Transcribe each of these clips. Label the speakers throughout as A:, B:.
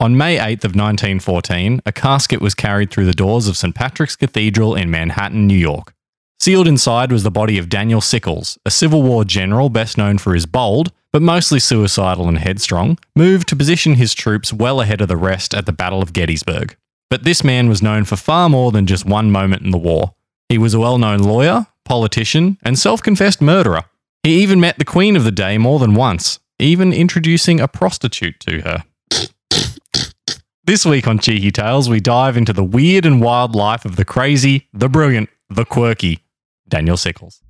A: On May 8th of 1914, a casket was carried through the doors of St. Patrick's Cathedral in Manhattan, New York. Sealed inside was the body of Daniel Sickles, a Civil War general best known for his bold, but mostly suicidal and headstrong, move to position his troops well ahead of the rest at the Battle of Gettysburg. But this man was known for far more than just one moment in the war. He was a well known lawyer, politician, and self confessed murderer. He even met the Queen of the Day more than once, even introducing a prostitute to her. This week on Cheeky Tales, we dive into the weird and wild life of the crazy, the brilliant, the quirky Daniel Sickles.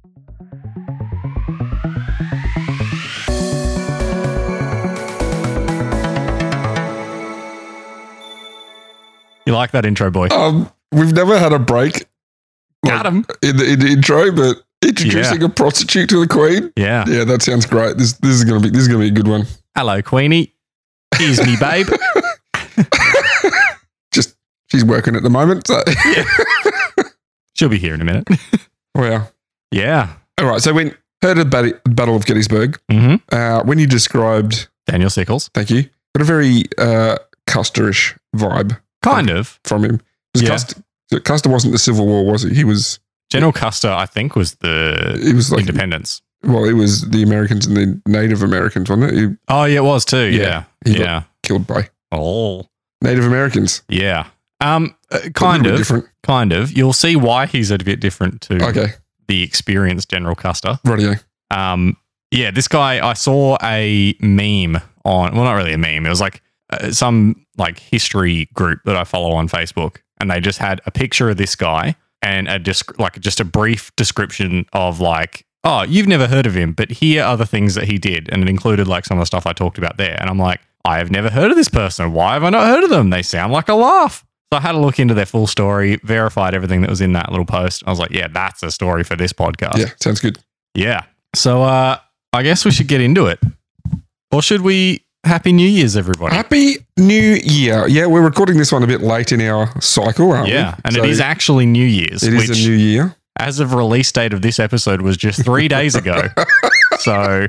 A: You like that intro, boy?
B: Um, we've never had a break
A: Got him.
B: in the, in the intro, but introducing a prostitute to the queen.
A: Yeah.
B: Yeah, that sounds great. This this is gonna be this is gonna be a good one.
A: Hello, Queenie. Here's me, babe.
B: Just she's working at the moment. So.
A: She'll be here in a minute.
B: wow.
A: Yeah.
B: All right. So when heard of the Battle of Gettysburg,
A: hmm
B: uh, when you described,
A: Daniel Sickles.
B: thank you, got a very uh, Custerish vibe
A: Kind of.
B: from him. Was
A: Yeah.
B: Custer, Custer wasn't the Civil War, was he? He was.
A: General Custer, I think, was the
B: He was like.
A: independence.
B: Well, it was the Americans and the Native Americans, wasn't it? He
A: Oh, yeah, it was too.
B: Yeah.
A: Yeah.
B: He
A: Yeah.
B: got- killed by
A: Oh.
B: Native Americans.
A: Yeah. Um, uh,
B: A little
A: kind
B: bit
A: of,
B: different.
A: kind of. You'll see why he's a bit different to
B: Okay.
A: the experienced General Custer.
B: Radio.
A: Um, yeah, this guy. I saw a meme on. Well, not really a meme. It was like uh, some like history group that I follow on Facebook, and they just had a picture of this guy and a disc- like just a brief description of like, oh, you've never heard of him, but here are the things that he did, and it included like some of the stuff I talked about there. And I'm like, I have never heard of this person. Why have I not heard of them? They sound like a laugh. So I had a look into their full story, verified everything that was in that little post. I was like, yeah, that's a story for this podcast.
B: Yeah, sounds good.
A: Yeah. So uh I guess we should get into it. Or should we happy new year's everybody?
B: Happy New Year. Yeah, we're recording this one a bit late in our cycle, aren't we?
A: Yeah, and
B: So
A: it is actually New Year's,
B: It
A: which
B: is a new year.
A: as of release date of this episode was just 3 days ago. so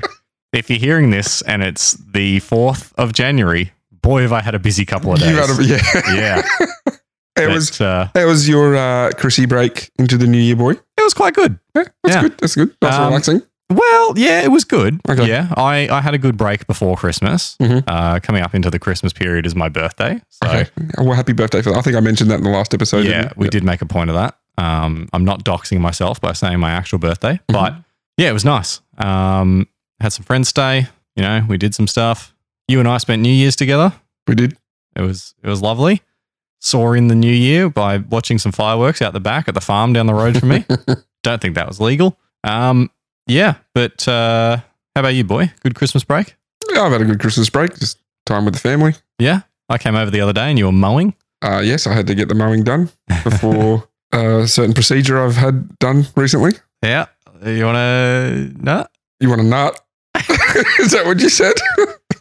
A: if you're hearing this and it's the 4th of January, boy have I had a busy couple of days.
B: You had a, yeah.
A: yeah.
B: it
A: but,
B: was
A: uh,
B: that was your uh, Chrissy break into the new year, boy.
A: it was quite good.
B: Yeah, that's
A: Yeah.
B: good. That's good. Nice and
A: Um,
B: relaxing.
A: Well, yeah, it was good.
B: Okay.
A: Yeah, I, I had a good break before Christmas.
B: Mhm.
A: Uh, coming up into the Christmas period is my birthday. So
B: Okay. Well, happy birthday for that. I think I mentioned that in the last episode.
A: yeah,
B: didn't
A: we did make a point of that. Um, I'm not doxing myself by saying my actual birthday, but yeah, it was nice. Um, had some friends stay. You know, we did some stuff. You and I spent New Year's together.
B: We did.
A: It was it was lovely. Saw in the new year by watching some fireworks out the back at the farm down the road from me. Don't think that was legal. Um, yeah, but uh, how about you, boy? Good Christmas break.
B: Yeah, I've had a good Christmas break. Just time with the family.
A: Yeah, I came over the other day and you were mowing.
B: Uh, yes, I had to get the mowing done before uh, a certain procedure I've had done recently.
A: Yeah, you want to? No,
B: You want a nut? is that what you said?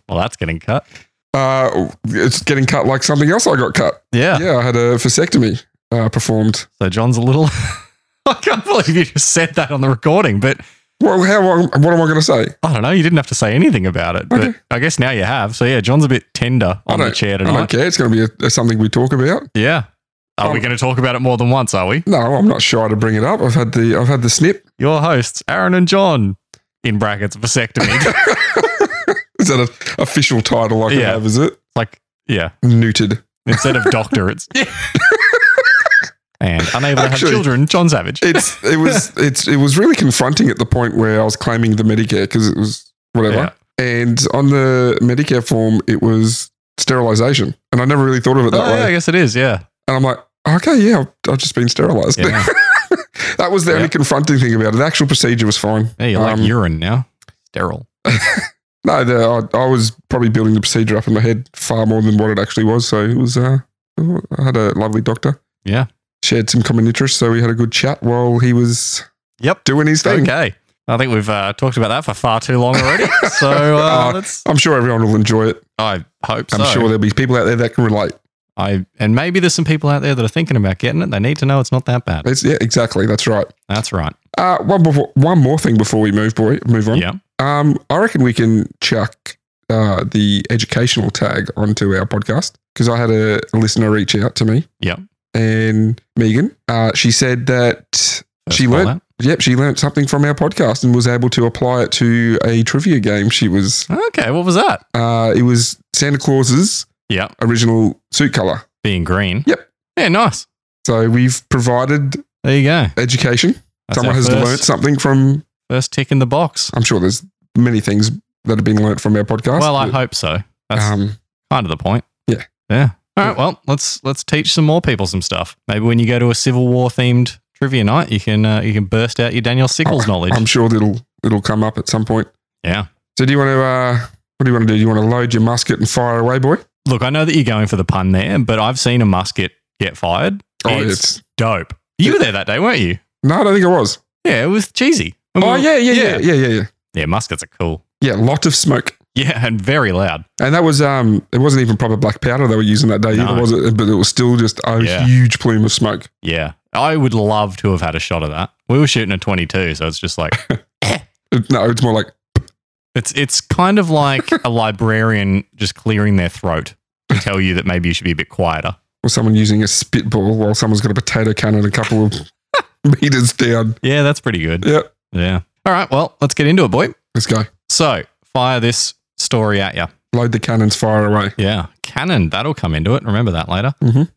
A: well, that's getting cut.
B: Uh, it's getting cut like something else I got cut.
A: Yeah.
B: Yeah, I had a vasectomy uh, performed.
A: So John's a little. I can't believe you just said that on the recording, but
B: Well, how what am I going to say?
A: I don't know. You didn't have to say anything about it, but
B: Okay.
A: I guess now you have. So yeah, John's a bit tender
B: I
A: on the
B: don't-
A: chair
B: I don't
A: tonight.
B: care. It's going to be a, a, something we talk about.
A: Yeah. Are we
B: Um,
A: going to talk about it more than once? Are we?
B: No, I'm not shy to bring it up. I've had the I've had the snip.
A: Your hosts, Aaron and John, in brackets vasectomy.
B: Is that an official title I can
A: Yeah.
B: have? Is it
A: like yeah,
B: neutered?
A: instead of doctor, it's and unable to have
B: Actually-
A: children. John Savage.
B: It's it was it's it was really confronting at the point where I was claiming the Medicare because it was whatever.
A: Yeah.
B: And on the Medicare form, it was sterilization, and I never really thought of it
A: Oh,
B: that way.
A: yeah, I guess it is. Yeah.
B: And I'm like, okay, yeah, I've, I've just been sterilized.
A: Yeah.
B: that was the only
A: Yeah.
B: confronting thing about it. The actual procedure was fine.
A: Hey, you like
B: Um,
A: urine now? Sterile.
B: No, the, I, I was probably building the procedure up in my head far more than what it actually was. So it was. Uh, I had a lovely doctor.
A: Yeah.
B: Shared some common interests, so we had a good chat while he was
A: Yep.
B: doing his thing.
A: Okay. I think we've uh, talked about that for far too long already. So uh,
B: Uh,
A: let's.
B: I'm sure everyone will enjoy it.
A: I hope
B: I'm
A: so.
B: sure there'll be people out there that can relate.
A: I and maybe there's some people out there that are thinking about getting it. They need to know it's not that bad.
B: It's, yeah, exactly. That's right.
A: That's right.
B: Uh, one, before, one more thing before we move, boy, move on.
A: Yeah.
B: Um, I reckon we can chuck uh, the educational tag onto our podcast because I had a listener reach out to me.
A: Yep.
B: And Megan, uh, she said that she
A: Spell
B: learnt. Yep, she learnt something from our podcast and was able to apply it to a trivia game. She was,
A: that. Okay, what was that?
B: uh, it was Santa Claus's
A: Yep,
B: original suit color.
A: being green.
B: Yep.
A: Yeah, nice.
B: So we've provided
A: There you go.
B: education.
A: That's
B: Someone
A: our
B: has
A: first,
B: learnt something from.
A: First tick in the box.
B: I'm sure there's many things that have been learnt from our podcast.
A: Well, I
B: but,
A: hope so. That's
B: um,
A: kind of the point.
B: Yeah.
A: Yeah. All right.
B: Yeah.
A: Well, let's let's teach some more people some stuff. Maybe when you go to a Civil War themed trivia night, you can uh, you can burst out your Daniel Sickles knowledge.
B: I'm sure that'll it'll come up at some point.
A: yeah.
B: So do you want to? Uh, what do you want to do? Do you want to load your musket and fire away, boy?
A: Look, I know that you're going for the pun there, but I've seen a musket get fired.
B: Oh,
A: it's,
B: it's
A: dope. You were there that day, weren't you?
B: no, I don't think it was.
A: Yeah, it was cheesy. And we
B: Oh
A: were-
B: yeah, yeah, yeah, yeah, yeah, yeah.
A: Yeah, muskets are cool.
B: Yeah, lot of smoke,
A: Yeah, and very loud.
B: and that was um, it wasn't even proper black powder they were using that day
A: No.
B: either, was it? But it was still just a
A: Yeah.
B: huge plume of smoke.
A: Yeah. I would love to have had a shot of that. We were shooting at 22, so it's just like
B: It- Uh, No, it's more like
A: It's it's kind of like a librarian just clearing their throat to tell you that maybe you should be a bit quieter.
B: or someone using a spitball while someone's got a potato cannon a couple of meters down.
A: Yeah, that's pretty good.
B: Yep,
A: Yeah. All right. Well, let's get into it, boy.
B: let's go.
A: So fire this story at you.
B: Load the cannons, fire away.
A: Yeah. Cannon. That'll come into it. Remember that later.
B: Mhm.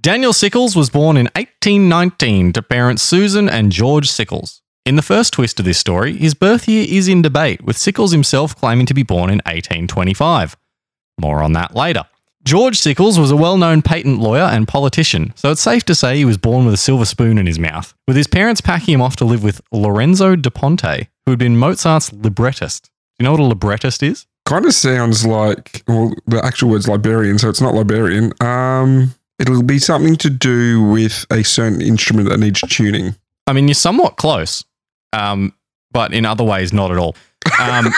A: Daniel Sickles was born in 1819 to parents Susan and George Sickles. In the first twist of this story, his birth year is in debate, with Sickles himself claiming to be born in 1825. More on that later. George Sickles was a well known patent lawyer and politician, so it's safe to say he was born with a silver spoon in his mouth, with his parents packing him off to live with Lorenzo de Ponte, who had been Mozart's librettist. Do you know what a librettist is?
B: Kind of sounds like well, the actual word's Liberian, so it's not Liberian. Um, it'll be something to do with a certain instrument that needs tuning.
A: I mean, you're somewhat close, um, but in other ways, not at all. Um,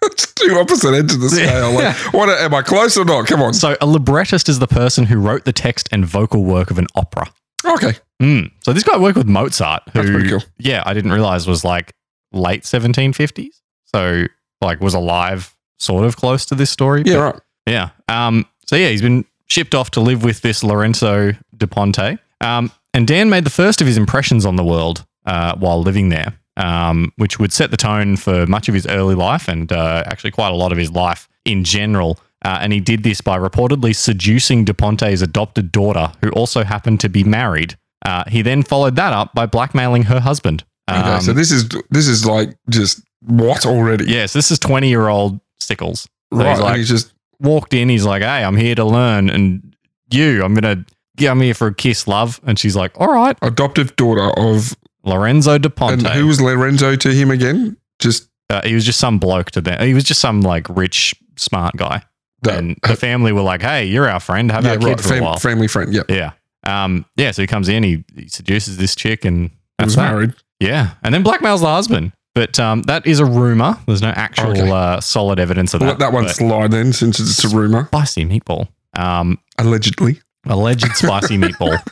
B: It's two opposite ends of the scale. Like, what am I close or not? Come on.
A: so, a librettist is the person who wrote the text and vocal work of an opera.
B: Okay,
A: Mm. So, this guy worked with Mozart, who,
B: that's pretty cool.
A: yeah, I didn't realize was like late 1750s. So, like, was alive sort of close to this story.
B: Yeah, right.
A: Yeah. Um, so yeah, he's been shipped off to live with this Lorenzo de Ponte. Um, and Dan made the first of his impressions on the world uh, while living there, um, which would set the tone for much of his early life and uh, actually quite a lot of his life in general. Uh, and he did this by reportedly seducing de Ponte's adopted daughter, who also happened to be married. Uh, he then followed that up by blackmailing her husband.
B: Okay,
A: Um,
B: so this is this is like just what already?
A: yeah, so this is 20 year old Sickles. so he's
B: right. and
A: like-
B: he's just
A: walked in. He's like, "Hey, I'm here to learn, and you, I'm gonna, yeah, I'm here for a kiss, love." And she's like, "All right,
B: adoptive daughter of
A: Lorenzo De Ponte."
B: and who was Lorenzo to him again? Just
A: uh, he was just some bloke to them. He was just some like rich, smart guy.
B: that.
A: And the family were like, "Hey, you're our friend. Have
B: yeah,
A: our kid
B: right.
A: for
B: Fam-
A: a while."
B: family friend. Yeah,
A: yeah, um, yeah. So he comes in, he, he seduces this chick, and
B: he
A: that's
B: was
A: that.
B: married.
A: Yeah, and then blackmails the husband. But um, that is a rumor. There's no actual
B: Okay.
A: uh, solid evidence of
B: We'll
A: that.
B: let that one
A: but
B: slide then, since it's a rumor.
A: spicy meatball. Um,
B: Allegedly,
A: Alleged spicy meatball.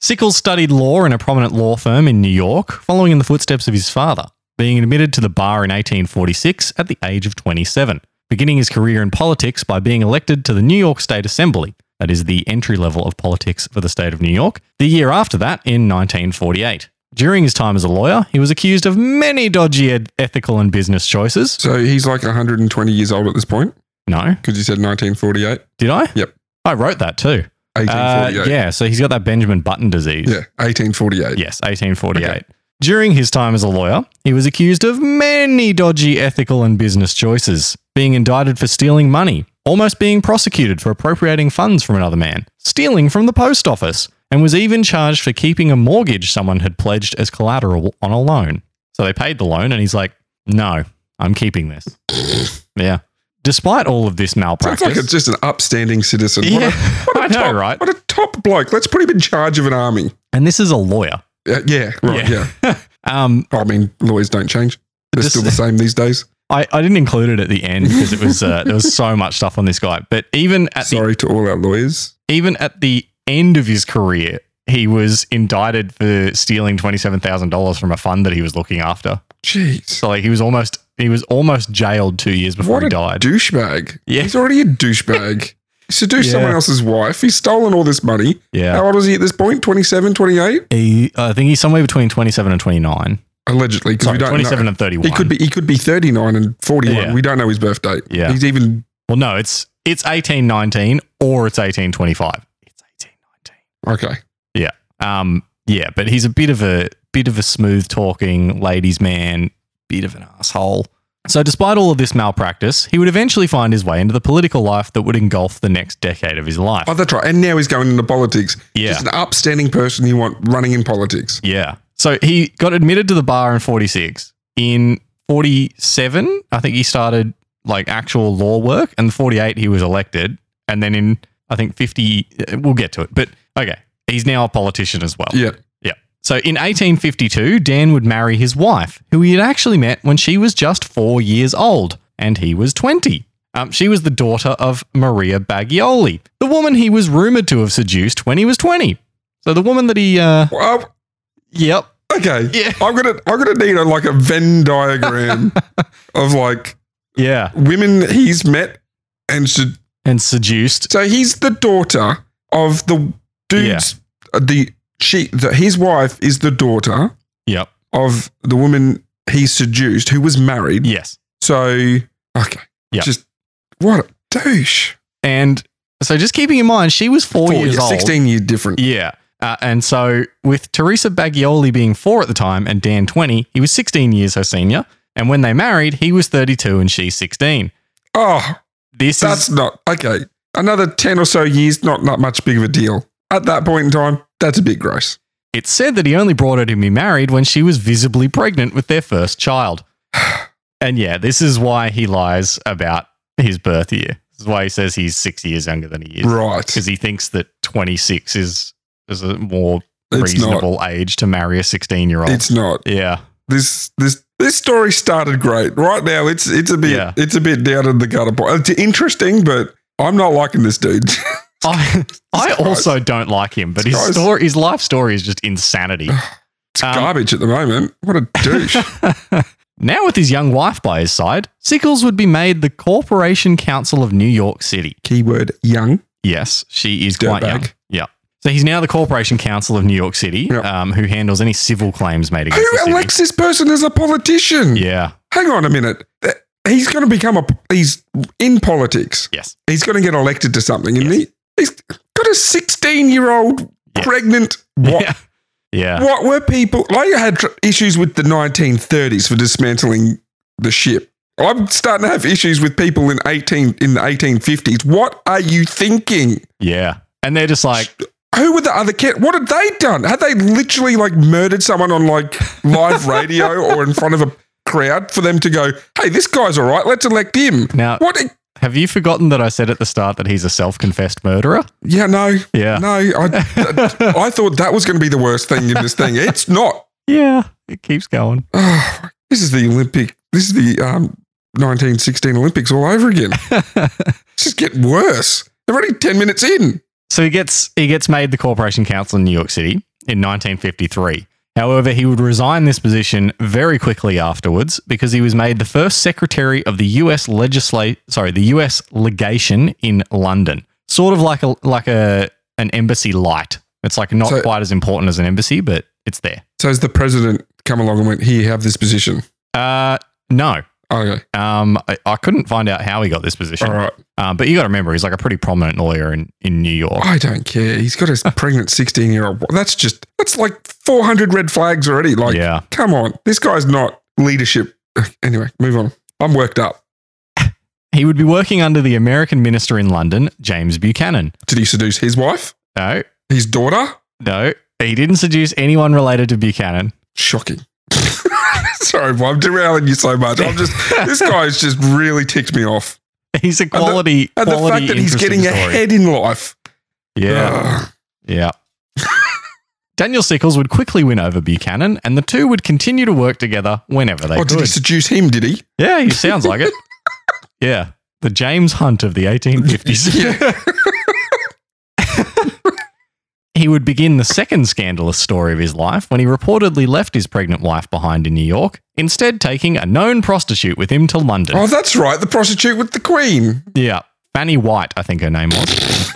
A: Sickles studied law in a prominent law firm in New York, following in the footsteps of his father, being admitted to the bar in 1846 at the age of 27, beginning his career in politics by being elected to the New York State Assembly, that is the entry level of politics for the state of New York, the year after that in 1948. During his time as a lawyer, he was accused of many dodgy ed- ethical and business choices.
B: so he's like 120 years old at this point
A: No,
B: because you said 1948,
A: did I?
B: Yep.
A: I wrote that too. Uh,
B: 1848.
A: yeah, so he's got that Benjamin Button disease.
B: Yeah, 1848.
A: Yes, 1848. During his time as a lawyer, he was accused of many dodgy ethical and business choices, being indicted for stealing money, almost being prosecuted for appropriating funds from another man, stealing from the post office, and was even charged for keeping a mortgage someone had pledged as collateral on a loan. So they paid the loan, and he's like, no, I'm keeping this. yeah. Despite all of this
B: Sounds
A: malpractice.
B: like it's just an upstanding citizen. What a-
A: yeah, I know,
B: top,
A: right?
B: What a top bloke. Let's put him in charge of an army.
A: And this is a lawyer.
B: Yeah, yeah right. Yeah.
A: Um,
B: I mean, lawyers don't change. They're
A: Just-
B: still the same these days.
A: I, I didn't include it at the end because it was uh, there was so much stuff on this guy. But even at
B: Sorry to all our lawyers.
A: the even at the end of his career, he was indicted for stealing twenty seven thousand dollars from a fund that he was looking after.
B: Jeez.
A: So like he was almost he was almost jailed two years before
B: What
A: he
B: a
A: died.
B: douchebag.
A: Yeah.
B: He's already a douchebag. He seduced
A: Yeah.
B: someone else's wife. He's stolen all this money.
A: yeah,
B: How old is he at this point? 27, 28?
A: he, I think he's somewhere between twenty seven and twenty nine.
B: Allegedly, because
A: Sorry,
B: we don't
A: twenty seven
B: know.
A: and thirty one.
B: He could be he could be 39 and 41.
A: Yeah.
B: We don't know his birth date.
A: Yeah.
B: He's even
A: Well, no, it's it's eighteen nineteen or it's eighteen twenty five. It's eighteen nineteen.
B: okay.
A: Um, yeah, but he's a bit of a bit of a smooth talking ladies' man, bit of an asshole. So, despite all of this malpractice, he would eventually find his way into the political life that would engulf the next decade of his life.
B: Oh, that's right. And now he's going into politics.
A: Yeah.
B: Just an upstanding person you want running in politics.
A: Yeah. So he got admitted to the bar in 46. In 47, I think he started like actual law work, and 48 he was elected, and then in I think 50 uh, we'll get to it. But okay, he's now a politician as well.
B: Yeah.
A: Yeah. So in 1852, Dan would marry his wife, who he had actually met when she was just four years old and he was 20. Um, she was the daughter of Maria Baggioli, the woman he was rumored to have seduced when he was 20. So the woman that he, uh,
B: Well, oh,
A: yep.
B: okay.
A: Yeah.
B: I'm gonna I'm gonna need a, like a Venn diagram of like
A: Yeah.
B: women he's met and should.
A: And seduced.
B: So he's the daughter of the dude's uh the she that his wife is the daughter
A: Yep.
B: of the woman he seduced who was married.
A: Yes.
B: So okay,
A: Yeah.
B: just what a douche.
A: And so just keeping in mind, she was four, years old.
B: sixteen year different.
A: Yeah. Uh, and so, with Teresa Baggioli being four at the time and Dan 20, he was 16 years her senior. And when they married, he was 32 and she's 16.
B: Oh,
A: This
B: that's
A: is,
B: not okay. Another ten or so years, not not much big of a deal at that point in time. That's a bit gross.
A: it's said that he only brought her to be married when she was visibly pregnant with their first child. And yeah, this is why he lies about his birth year. This is why he says he's six years younger than he is.
B: Right?
A: Because he thinks that 26 is, is a more
B: It's not.
A: reasonable age to marry a 16 year old.
B: It's not.
A: Yeah.
B: this this this story started great. Right now, it's it's a bit
A: Yeah.
B: it's a bit down in the gutter point. It's interesting, but I'm not liking this dude.
A: I, I
B: Christ.
A: also don't like him, but his
B: Christ.
A: story, his life story is just insanity.
B: it's
A: Um,
B: garbage at the moment. What a douche!
A: now, with his young wife by his side, Sickles would be made the Corporation Council of New York City.
B: Keyword young.
A: Yes, she is quite young.
B: Dirtbag.
A: Yeah. So he's now the Corporation Council of New York City,
B: Yeah.
A: um, who handles any civil claims made against the
B: Who
A: city.
B: elects this person as a politician?
A: Yeah.
B: Hang on a minute. Th- He's going to become a. He's in politics.
A: Yes.
B: He's going to get elected to something, and
A: Yes.
B: he he's got a 16 year old
A: Yes.
B: pregnant. What?
A: Yeah. Yeah.
B: What were people like? I had tr- issues with the 1930s for dismantling the ship. I'm starting to have issues with people in 18 in the 1850s. What are you thinking?
A: Yeah. And they're just like,
B: Who were the other kids? What had they done? Had they literally like murdered someone on like live radio or in front of a crowd for them to go, "Hey, this guy's all right. Let's elect him."
A: now,
B: What?
A: have you forgotten that I said at the start that he's a self confessed murderer?
B: Yeah, no,
A: Yeah.
B: no. I, I thought that was going to be the worst thing in this thing. It's not.
A: yeah. It keeps going.
B: Oh, this is the Olympic. This is the um, 1916 Olympics all over again. It's just getting worse. They're already 10 minutes in.
A: So he gets he gets made the Corporation Council in New York City in 1953. However, he would resign this position very quickly afterwards because he was made the first secretary of the U.S. legislate sorry the U.S. legation in London, sort of like a like a an embassy light. It's like not
B: So-
A: quite as important as an embassy, but it's there.
B: So has the president come along and went, here, have this position?
A: Uh, no,
B: Okay.
A: um, I, I couldn't find out how he got this position.
B: All right.
A: Uh, but you got to remember, he's like a pretty prominent lawyer in in New York.
B: I don't care. He's got his pregnant 16 year old. That's just, that's like 400 red flags already. Like,
A: yeah.
B: come on. This guy's not leadership. Anyway, move on. I'm worked up.
A: He would be working under the American minister in London, James Buchanan.
B: Did he seduce his wife?
A: No,
B: His daughter?
A: no, he didn't seduce anyone related to Buchanan.
B: Shocking. Sorry, Bob, I'm derailing you so much. I'm just, this guy's just really ticked me off.
A: He's a quality,
B: And the
A: quality,
B: fact that he's
A: interesting
B: getting
A: story.
B: ahead in life. Ah.
A: Yeah,
B: Ugh.
A: yeah. Daniel Sickles would quickly win over Buchanan, and the two would continue to work together whenever they
B: oh,
A: could.
B: did he seduce him? Did he?
A: yeah, he sounds like it. Yeah, the James Hunt of the 1850s.
B: Yeah.
A: he would begin the second scandalous story of his life when he reportedly left his pregnant wife behind in New York, instead taking a known prostitute with him to London.
B: Oh, that's right. The prostitute with the queen.
A: Yeah, Fanny White, I think her name was.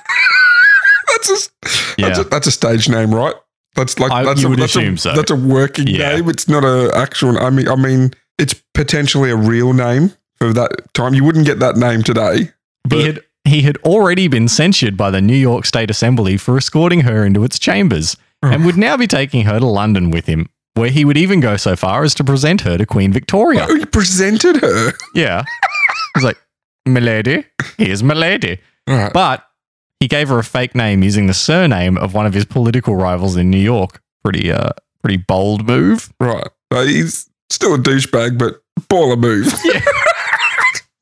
B: That's a, that's,
A: Yeah.
B: a, that's a stage name, right? That's like
A: I-
B: that's
A: you
B: a,
A: would
B: that's a-
A: assume so.
B: That's a working
A: Yeah.
B: name. It's not a actual. I mean, I mean, it's potentially a real name for that time. You wouldn't get that name today.
A: He
B: But
A: had he had already been censured by the New York State Assembly for escorting her into its chambers,
B: Oh.
A: and would now be taking her to London with him, where he would even go so far as to present her to Queen Victoria.
B: oh, he presented her.
A: Yeah. He's like, Milady, here's Milady.
B: All right.
A: But he gave her a fake name using the surname of one of his political rivals in New York. Pretty uh pretty bold move.
B: Right. Uh, he's still a douchebag, but baller move.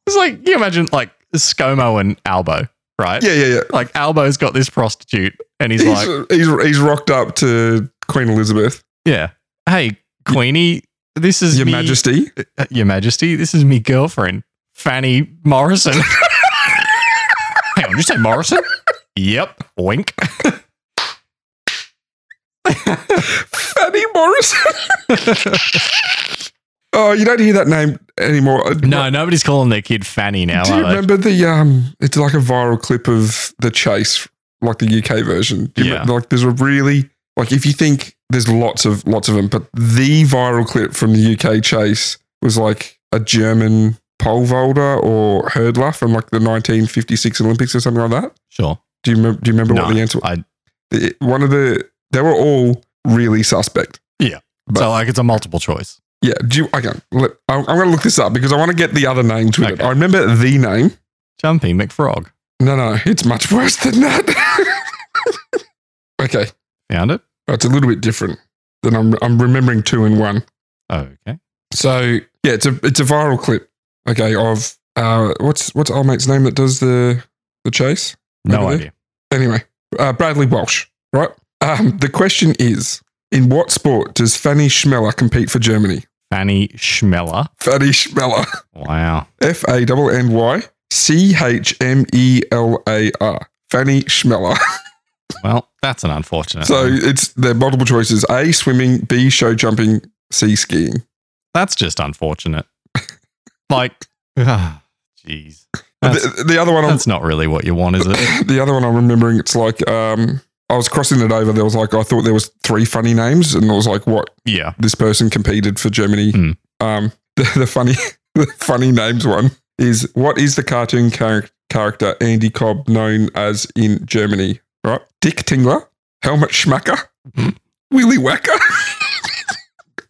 A: It's like you imagine like ScoMo and Albo, right?
B: yeah, yeah, yeah.
A: Like Albo's got this prostitute and he's,
B: He's, uh,
A: like,
B: he's, he's rocked up to Queen Elizabeth,
A: Yeah. Hey, Queenie, this is
B: Your
A: me-
B: Majesty.
A: uh, Your Majesty, this is me girlfriend, Fanny Morrison. Hang on, did you say Morrison? yep. Wink.
B: Fanny Morrison. oh, you don't hear that name anymore.
A: No, nobody's calling their kid Fanny now,
B: Do you
A: are they?
B: remember the um? It's like a viral clip of the chase, like the UK version. Do you
A: Yeah.
B: remember- like there's a really like if you think there's lots of lots of them, but the viral clip from the UK chase was like a German pole vaulter or hurdler from like the 1956 Olympics or something like that.
A: Sure.
B: Do you remember? Do you remember
A: No,
B: what the answer?
A: I,
B: the- One of the they were all really suspect. But-
A: so, like, it's a multiple choice.
B: Yeah. Do you? Okay. Let, I'm, I'm going to look this up because I want to get the other name to it.
A: Okay.
B: I remember the name.
A: Jumpy McFrog.
B: No, no, it's much worse than that. okay,
A: Found it?
B: that's a little bit different than I'm. I'm remembering two in one.
A: Okay.
B: So yeah, it's a it's a viral clip. Okay, of uh, what's what's our mate's name that does the the chase?
A: No
B: Over there?
A: idea.
B: Anyway, uh, Bradley Walsh, right? Um, the question is, in what sport does Fanny Schmeller compete for Germany?
A: Fanny Schmeller.
B: Fanny Schmeller,
A: Wow.
B: F A N N Y C H M E L A R. Fanny Schmeller.
A: Well, that's an unfortunate.
B: So
A: name.
B: it's the multiple choices: A, swimming; B, show jumping; C, skiing.
A: that's just unfortunate. like, ah, jeez. That's,
B: The, the other one, I'm,
A: that's not really what you want, is it?
B: the other one I'm remembering, it's like um, I was crossing it over. There was like I thought there was three funny names, and I was like, what?
A: Yeah.
B: This person competed for Germany.
A: Hmm.
B: Um, the, the funny, the funny names one is what is the cartoon char- character Andy Cobb known as in Germany? Right, Dick Tingler, Helmut Schmacker,
A: Hmm.
B: Willy Wacker.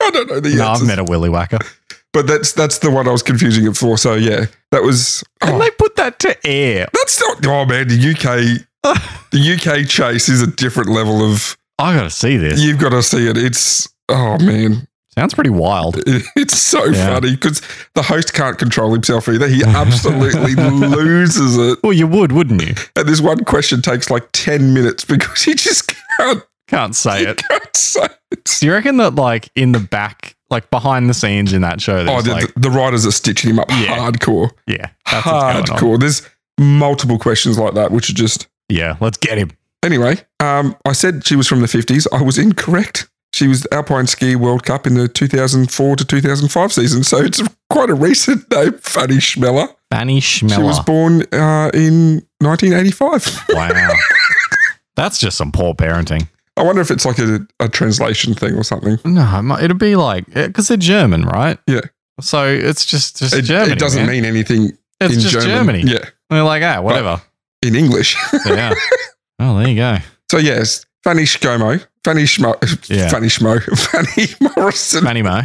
B: I don't know the
A: No, I've
B: answers.
A: met a willy whacker.
B: But that's that's the one I was confusing it for. So yeah, that was.
A: And
B: Oh,
A: they put that to air.
B: that's not. Oh man, the UK, the UK chase is a different level of.
A: I gotta see this.
B: You've got to see it. It's oh man,
A: Sounds pretty wild.
B: It- it's so
A: Yeah.
B: funny because the host can't control himself either. He absolutely loses it,
A: Well, you would, wouldn't you?
B: and this one question takes like ten minutes because he just can't,
A: Can't say it.
B: can't say. It.
A: Do you reckon that, like, in the back, like behind the scenes in that show,
B: Oh,
A: there's
B: the,
A: like,
B: the writers are stitching him up
A: Yeah.
B: hardcore,
A: yeah, that's what's going on.
B: hardcore. There's multiple questions like that, which are just
A: Yeah, let's get him.
B: Anyway, um, I said she was from the 50s. I was incorrect. She was Alpine Ski World Cup in the 2004 to 2005 season. So it's quite a recent name, Fanny Schmeller.
A: Fanny Schmeller.
B: She was born uh, in 1985.
A: wow. That's just some poor parenting.
B: I wonder if it's like a, a translation thing or something.
A: No, it might- it'd be like because they're German, right?
B: Yeah.
A: So it's just just
B: It,
A: Germany.
B: it doesn't
A: man.
B: mean anything
A: it's
B: in
A: just
B: German.
A: Germany.
B: Yeah,
A: They're like, ah, whatever.
B: in English.
A: yeah. Oh, there you go.
B: so, yes, Fanny Schkomo, Fanny Schmo,
A: Yeah.
B: Fanny Schmo, Fanny Morrison.
A: Manny Mo.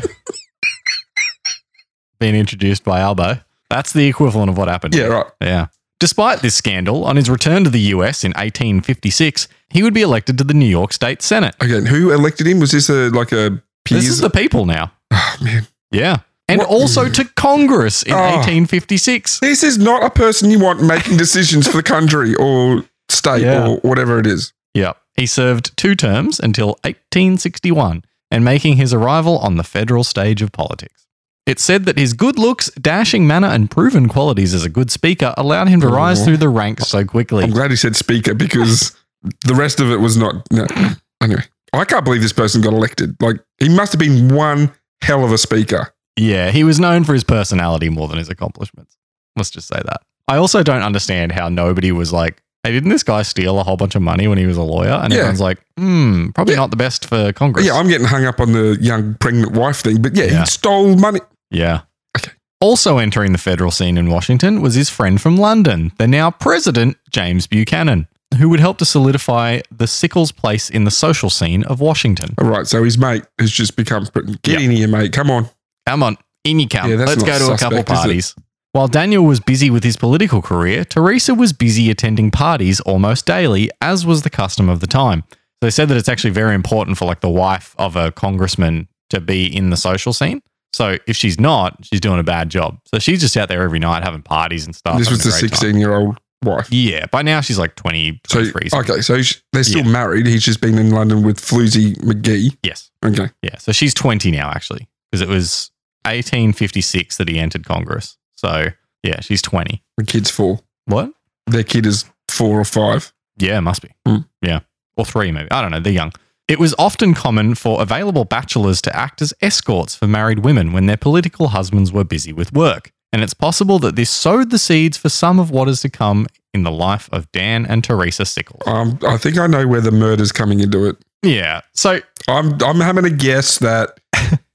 A: Being introduced by Albo. That's the equivalent of what happened.
B: Yeah, right.
A: Yeah. Despite this scandal, on his return to the US in 1856, he would be elected to the New York State Senate.
B: Again, who elected him? Was this a like a
A: This is
B: peers?
A: the people now.
B: oh, man.
A: Yeah. And
B: What-
A: also to Congress in
B: Oh.
A: 1856.
B: This is not a person you want making decisions for the country or state
A: Yeah.
B: or whatever it is.
A: Yep. He served two terms until 1861 and making his arrival on the federal stage of politics. It's said that his good looks, dashing manner, and proven qualities as a good speaker allowed him to rise
B: Oh.
A: through the ranks so
B: I'm
A: quickly.
B: glad he said speaker because The rest of it was not. No. Anyway, I can't believe this person got elected. Like, he must have been one hell of a speaker.
A: Yeah, he was known for his personality more than his accomplishments. Let's just say that. I also don't understand how nobody was like, hey, didn't this guy steal a whole bunch of money when he was a lawyer? And
B: Yeah.
A: everyone's like, hmm, probably
B: Yeah.
A: not the best for Congress.
B: Yeah, I'm getting hung up on the young pregnant wife thing, but yeah,
A: Yeah.
B: he stole money.
A: Yeah.
B: Okay.
A: Also entering the federal scene in Washington was his friend from London, the now president, James Buchanan, who would help to solidify the Sickles place in the social scene of Washington.
B: All right, so his mate has just become. Get in here, mate. Come on.
A: Come on, in you come.
B: Yeah, that's
A: Let's
B: not
A: go to a couple
B: suspect, is it?
A: parties. While Daniel was busy with his political career, Teresa was busy attending parties almost daily, as was the custom of the time. So they said that it's actually very important for like the wife of a congressman to be in the social scene. So if she's not, she's doing a bad job. So she's just out there every night having parties and stuff.
B: this was
A: Oh, having
B: the
A: a great time.
B: 16 year old wife.
A: Yeah, by now she's like 20,
B: So,
A: 23. something.
B: okay, so he's- they're still
A: Yeah.
B: married. He's just been in London with Floozy McGee.
A: Yes.
B: Okay.
A: Yeah. So she's 20 now, actually, because it was 1856 that he entered Congress. So yeah, she's 20.
B: The kid's four.
A: What?
B: Their kid is four or five.
A: Yeah, must be.
B: Mm.
A: Yeah. Or three, maybe. I don't know. They're young. It was often common for available bachelors to act as escorts for married women when their political husbands were busy with work. And it's possible that this sowed the seeds for some of what is to come in the life of Dan and Teresa Sickles.
B: Um, I think I know where the murder's coming into it.
A: Yeah. So,
B: I'm I'm having a guess that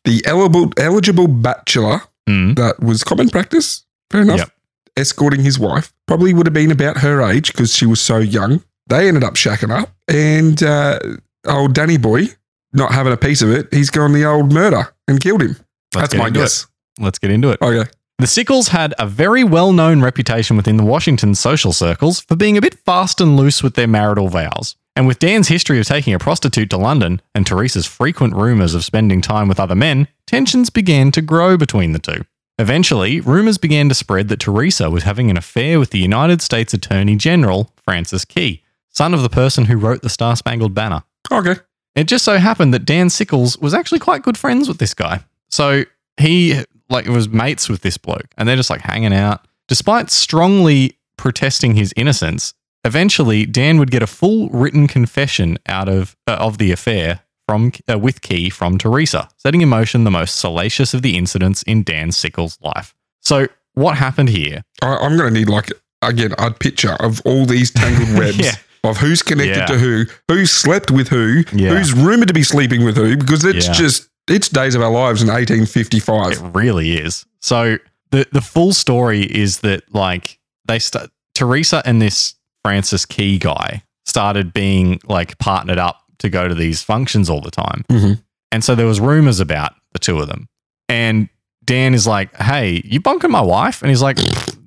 B: the eligible eligible bachelor
A: mm,
B: that was common practice, fair enough,
A: Yep.
B: escorting his wife probably would have been about her age because she was so young. They ended up shacking up, and uh, old Danny boy, not having a piece of it, he's gone the old murder and killed him.
A: let's
B: That's
A: get
B: my
A: into
B: guess.
A: It. Let's get into it.
B: Okay,
A: The Sickles had a very well known reputation within the Washington social circles for being a bit fast and loose with their marital vows. And with Dan's history of taking a prostitute to London and Teresa's frequent rumours of spending time with other men, tensions began to grow between the two. Eventually, rumours began to spread that Teresa was having an affair with the United States Attorney General, Francis Key, son of the person who wrote the Star Spangled Banner.
B: okay,
A: It just so happened that Dan Sickles was actually quite good friends with this guy. So he like was mates with this bloke and they're just like hanging out. Despite strongly protesting his innocence, eventually Dan would get a full written confession out of uh, of the affair from uh, with Key from Teresa, setting in motion the most salacious of the incidents in Dan Sickles' life. So what happened here?
B: I, I'm going to need like again a picture of all these tangled webs.
A: Yeah.
B: Of who's connected
A: Yeah.
B: to who, who slept with who,
A: Yeah.
B: who's rumored to be sleeping with who, because it's
A: Yeah.
B: just it's days of our lives in 1855.
A: It really is. So the the full story is that like they st- Teresa and this Francis Key guy started being like partnered up to go to these functions all the time,
B: Mhm.
A: and so there was rumors about the two of them. And Dan is like, "Hey, you bunking my wife?" And he's like,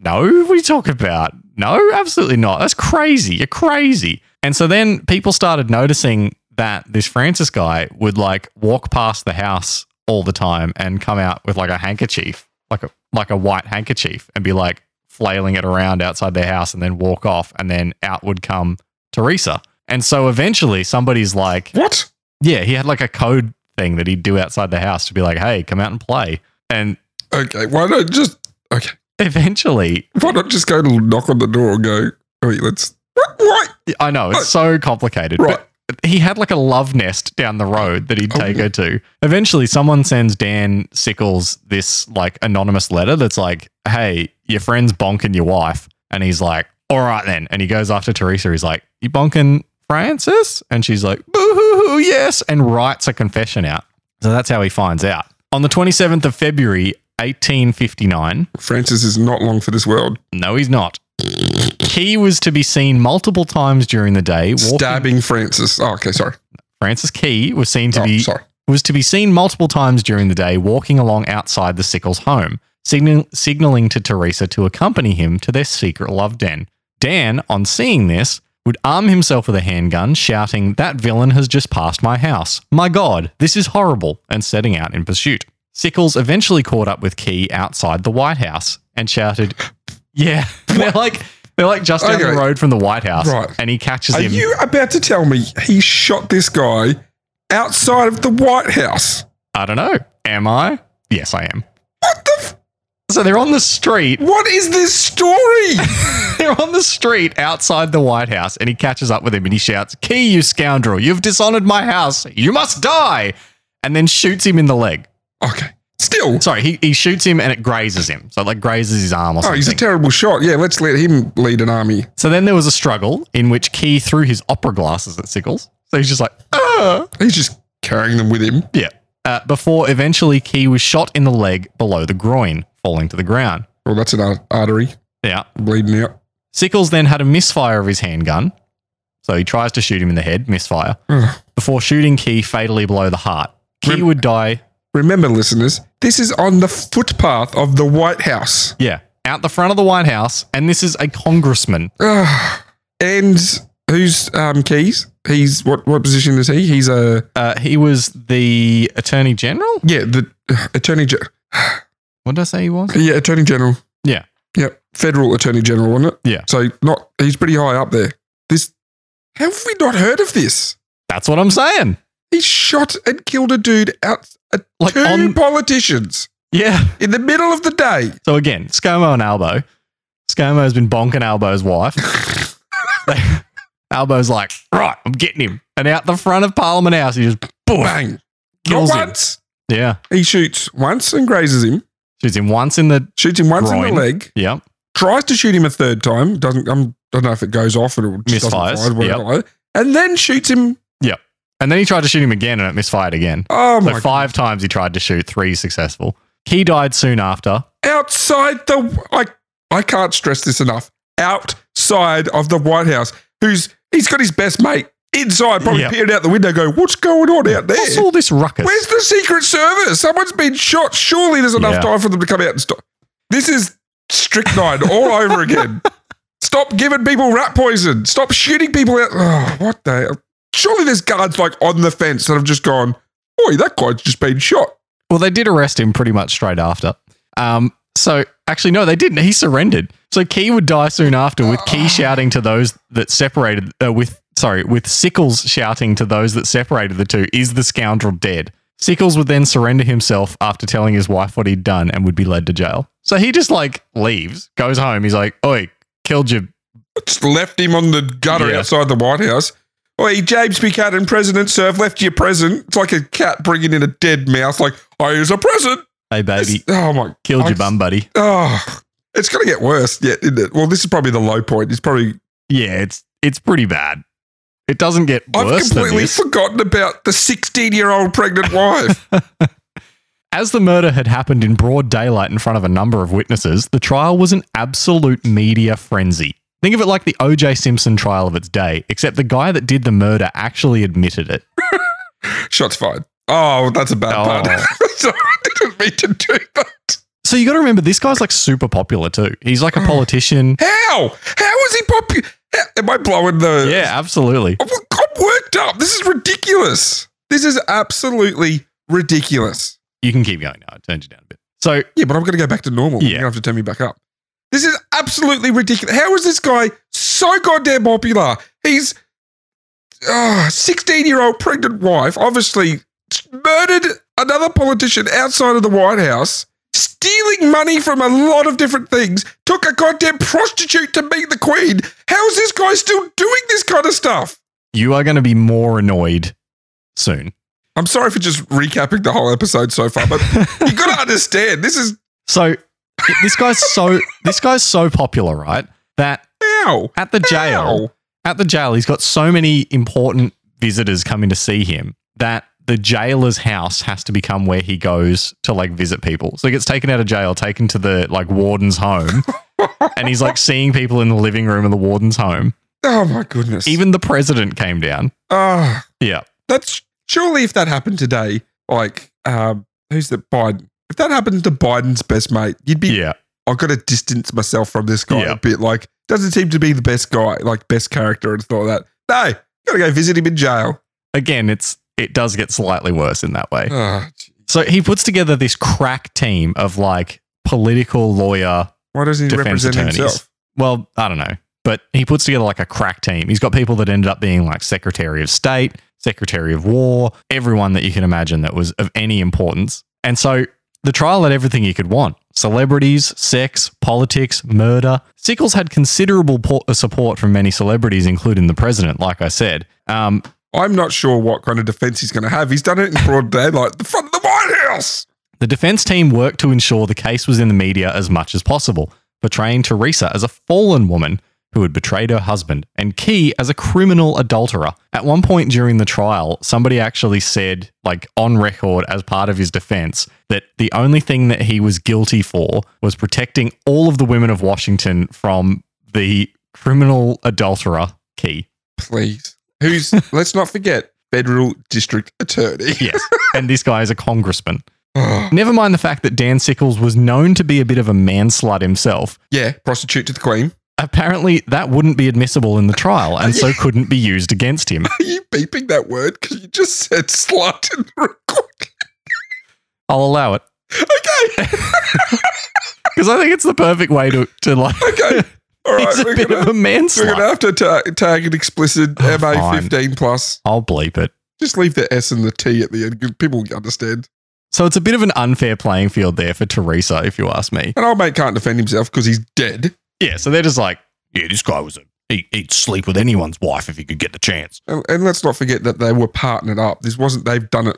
A: "No, what are you talking about? No, absolutely not. That's crazy. You're crazy." And so then people started noticing that this Francis guy would like walk past the house all the time and come out with like a handkerchief, like a like a white handkerchief, and be like flailing it around outside their house, and then walk off, and then out would come Teresa. And so eventually, somebody's like,
B: What?
A: yeah, he had like a code thing that he'd do outside the house to be like, hey, come out and play. And
B: Okay, why not just okay?
A: eventually,
B: Why not just go to knock on the door and go? Wait, let's what? What?
A: I know it's so complicated,
B: Right.
A: but he had like a love nest down the road that he'd
B: Oh.
A: take her to. Eventually, someone sends Dan Sickles this like anonymous letter that's like, hey, your friend's bonking your wife. And he's like, all right then. And he goes after Teresa. He's like, you bonking Francis? And she's like, boo hoo hoo, yes. And writes a confession out. So that's how he finds out. On the 27th of February, 1859,
B: Francis is not long for this world.
A: no, he's not. He was to be seen multiple times during the day. Walking.
B: Stabbing Francis. Oh, okay, sorry.
A: Francis Key was seen to
B: Oh,
A: be
B: sorry.
A: was to be seen multiple times during the day walking along outside the Sickles home, signal- signaling to Teresa to accompany him to their secret love den. Dan, on seeing this, would arm himself with a handgun, shouting, That villain has just passed my house. My God, this is horrible, and setting out in pursuit. Sickles eventually caught up with Key outside the White House and shouted, Yeah. they're like they're like just down the
B: Okay.
A: road from the White House.
B: Right.
A: And he catches
B: Are
A: him.
B: you about to tell me he shot this guy outside of the White House?
A: I don't know. Am I? Yes, I am.
B: What the? F-
A: So they're on the street.
B: What is this story?
A: They're on the street outside the White House, and he catches up with him and he shouts, Key, you scoundrel, you've dishonored my house. You must die. And then shoots him in the leg.
B: okay. Still.
A: Sorry, he, he shoots him and it grazes him. So it like grazes his arm or
B: Oh,
A: something.
B: he's a terrible shot. Yeah, let's let him lead an army.
A: so then there was a struggle in which Key threw his opera glasses at Sickles. So he's just like, ah.
B: He's just carrying them with him.
A: Yeah. Uh, before eventually Key was shot in the leg below the groin, falling to the ground.
B: Well, Oh, that's an ar- artery
A: Yeah.
B: bleeding out.
A: Sickles then had a misfire of his handgun. So he tries to shoot him in the head, misfire,
B: Ugh.
A: before shooting Key fatally below the heart. Key
B: Mm. Rem-
A: would die,
B: Remember, listeners, this is on the footpath of the White House.
A: yeah, out the front of the White House. And this is a congressman.
B: Ugh. and who's um, Keys? He's what? What position is he? He's a
A: Uh, he was the Attorney General?
B: yeah, the uh, Attorney. Ge-
A: What did I say he was?
B: yeah, Attorney General.
A: Yeah.
B: Yep. Federal Attorney General, wasn't it?
A: Yeah.
B: So not he's pretty high up there. This have we not heard of this?
A: That's what I'm saying.
B: He shot and killed a dude out uh,
A: Like
B: two
A: on-
B: politicians
A: Yeah.
B: in the middle of the day.
A: So again, ScoMo and Albo. ScoMo's been bonking Albo's wife. Albo's like, right, I'm getting him. And out the front of Parliament House, he just
B: Bang!
A: Kills him.
B: not once.
A: Yeah.
B: He shoots once and grazes him.
A: Shoots him once in the
B: Shoots him once in
A: Groin.
B: the leg.
A: Yep.
B: Tries to shoot him a third time. Doesn't. I'm, I don't know if it goes off or it just
A: Misfires.
B: Doesn't fire, whatever. And then shoots him.
A: And then he tried to shoot him again and it misfired again.
B: Oh
A: So
B: my!
A: five times he tried to shoot, three successful. He died soon after.
B: outside the. I. I can't stress this enough. Outside of the White House, who's he's got his best mate inside, probably
A: Yeah.
B: peering out the window, going, "What's going on out there?
A: What's all this ruckus?
B: Where's the Secret Service? Someone's been shot. Surely there's enough
A: Yeah.
B: time for them to come out and stop. This is strychnine all over again. Stop giving people rat poison. Stop shooting people out. Oh, what the? Surely there's guards like on the fence that have just gone, Oi, that guy's just been shot.
A: well, they did arrest him pretty much straight after. Um, so actually, no, they didn't. He surrendered. So Key would die soon after, with
B: Oh.
A: Key shouting to those that separated. Uh, with sorry, with Sickles shouting to those that separated the two, "Is the scoundrel dead?" Sickles would then surrender himself after telling his wife what he'd done and would be led to jail. So he just like leaves, goes home. He's like, "Oi, killed your
B: Just left him on the gutter
A: Yeah.
B: outside the White House. Oi, James Buchanan, President, serve, left you a present. It's like a cat bringing in a dead mouse, like, oh, here's a present.
A: hey baby,
B: Oh, my
A: killed
B: I
A: your
B: just-
A: bum buddy."
B: Oh, it's going to get worse. Yeah. isn't it? Well, this is probably the low point. It's probably.
A: Yeah, it's it's pretty bad. It doesn't get
B: I've
A: worse than
B: completely
A: this.
B: forgotten about the 16 year old pregnant wife.
A: As the murder had happened in broad daylight in front of a number of witnesses, the trial was an absolute media frenzy. Think of it like the OJ Simpson trial of its day, except the guy that did the murder actually admitted it.
B: Shots fired. Oh, that's a bad
A: Oh.
B: part. Sorry, I didn't mean to do that.
A: So you got to remember, this guy's like super popular too. He's like a
B: Mm.
A: politician.
B: How? How is he popular? Am I blowing the.
A: Yeah, absolutely.
B: I'm, I'm worked up. This is ridiculous. This is absolutely ridiculous.
A: You can keep going now. I turned you down a bit. So
B: Yeah, but I'm going to go back to normal.
A: Yeah.
B: You're going to have to turn me back up. This is absolutely ridiculous. How is this guy so goddamn popular? He's ah, 16 year old pregnant wife, obviously murdered another politician outside of the White House, stealing money from a lot of different things, took a goddamn prostitute to meet the Queen. How is this guy still doing this kind of stuff?
A: you are going to be more annoyed soon.
B: I'm sorry for just recapping the whole episode so far, but you got to understand this is
A: So this guy's so this guy's so popular, right? That
B: how.
A: at the jail,
B: How?
A: at the jail, he's got so many important visitors coming to see him that the jailer's house has to become where he goes to like visit people. So he gets taken out of jail, taken to the like warden's home, and he's like seeing people in the living room of the warden's home.
B: Oh my goodness.
A: Even the president came down.
B: Ah,
A: Yeah.
B: that's surely if that happened today, like um, who's the Biden? If that happened to Biden's best mate, you'd be.
A: Yeah.
B: I've got to distance myself from this guy
A: Yeah.
B: a bit. Like, doesn't seem to be the best guy, like best character and stuff like that. No, got to go visit him in jail.
A: Again, it's it does get slightly worse in that way.
B: Ah, gee.
A: So he puts together this crack team of like political lawyer
B: why doesn't he
A: Defense
B: represent
A: attorneys.
B: himself?
A: well, I don't know, but he puts together like a crack team. He's got people that ended up being like Secretary of State, Secretary of War, everyone that you can imagine that was of any importance. And so the trial had everything you could want. celebrities, sex, politics, murder. Sickles had considerable po- uh, support from many celebrities, including the president, like I said. Um,
B: I'm not sure what kind of defense he's going to have. He's done it in broad daylight, the front of the White House.
A: the defense team worked to ensure the case was in the media as much as possible, portraying Teresa as a fallen woman who had betrayed her husband and Key as a criminal adulterer. At one point during the trial, somebody actually said, like on record as part of his defense, that the only thing that he was guilty for was protecting all of the women of Washington from the criminal adulterer, Key.
B: Please, who's? let's not forget federal district attorney. Ah,
A: Yes. and this guy is a congressman. Never mind the fact that Dan Sickles was known to be a bit of a man slut himself.
B: yeah, prostitute to the queen.
A: apparently that wouldn't be admissible in the trial and so couldn't be used against him.
B: Are you beeping that word? Because you just said slut in the recording.
A: I'll allow it
B: Okay,
A: because I think it's the perfect way to, to like.
B: okay, all right.
A: He's a
B: we're
A: bit
B: gonna,
A: of a man
B: we're
A: slut.
B: gonna have to ta- tag an explicit
A: Oh,
B: MA
A: fine.
B: fifteen plus.
A: I'll bleep it.
B: Just leave the S and the T at the end. 'cause People understand.
A: So it's a bit of an unfair playing field there for Teresa, if you ask me.
B: And old mate can't defend himself because he's dead.
A: Yeah, so they're just like, yeah, this guy was a he, he'd sleep with anyone's wife if he could get the chance.
B: And, and let's not forget that they were partnered up. This wasn't they've done it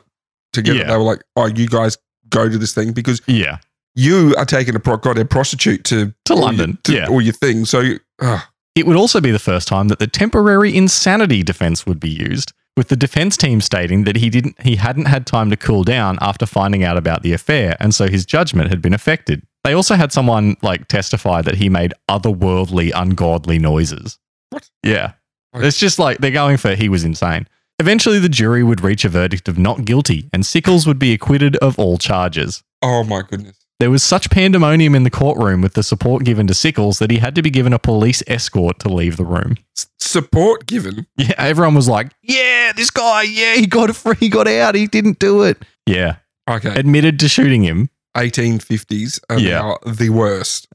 B: together.
A: Yeah.
B: They were like, "Oh, you guys go to this thing because
A: Yeah,
B: you are taking a pro- goddamn prostitute to
A: to
B: all
A: London.
B: your, to
A: yeah,
B: all your thing." So, uh,
A: It would also be the first time that the temporary insanity defense would be used, with the defense team stating that he didn't he hadn't had time to cool down after finding out about the affair, and so his judgment had been affected. They also had someone like testify that he made otherworldly, ungodly noises.
B: What?
A: Yeah.
B: Like-
A: It's just like they're going for he was insane. Eventually the jury would reach a verdict of not guilty, and Sickles would be acquitted of all charges.
B: oh my goodness.
A: There was such pandemonium in the courtroom with the support given to Sickles that he had to be given a police escort to leave the room.
B: S- support given.
A: Yeah, everyone was like, "Yeah, this guy, yeah, he got a free, he got out, he didn't do it." Yeah,
B: Okay,
A: admitted to shooting him.
B: 1850s are
A: Yeah.
B: now the worst.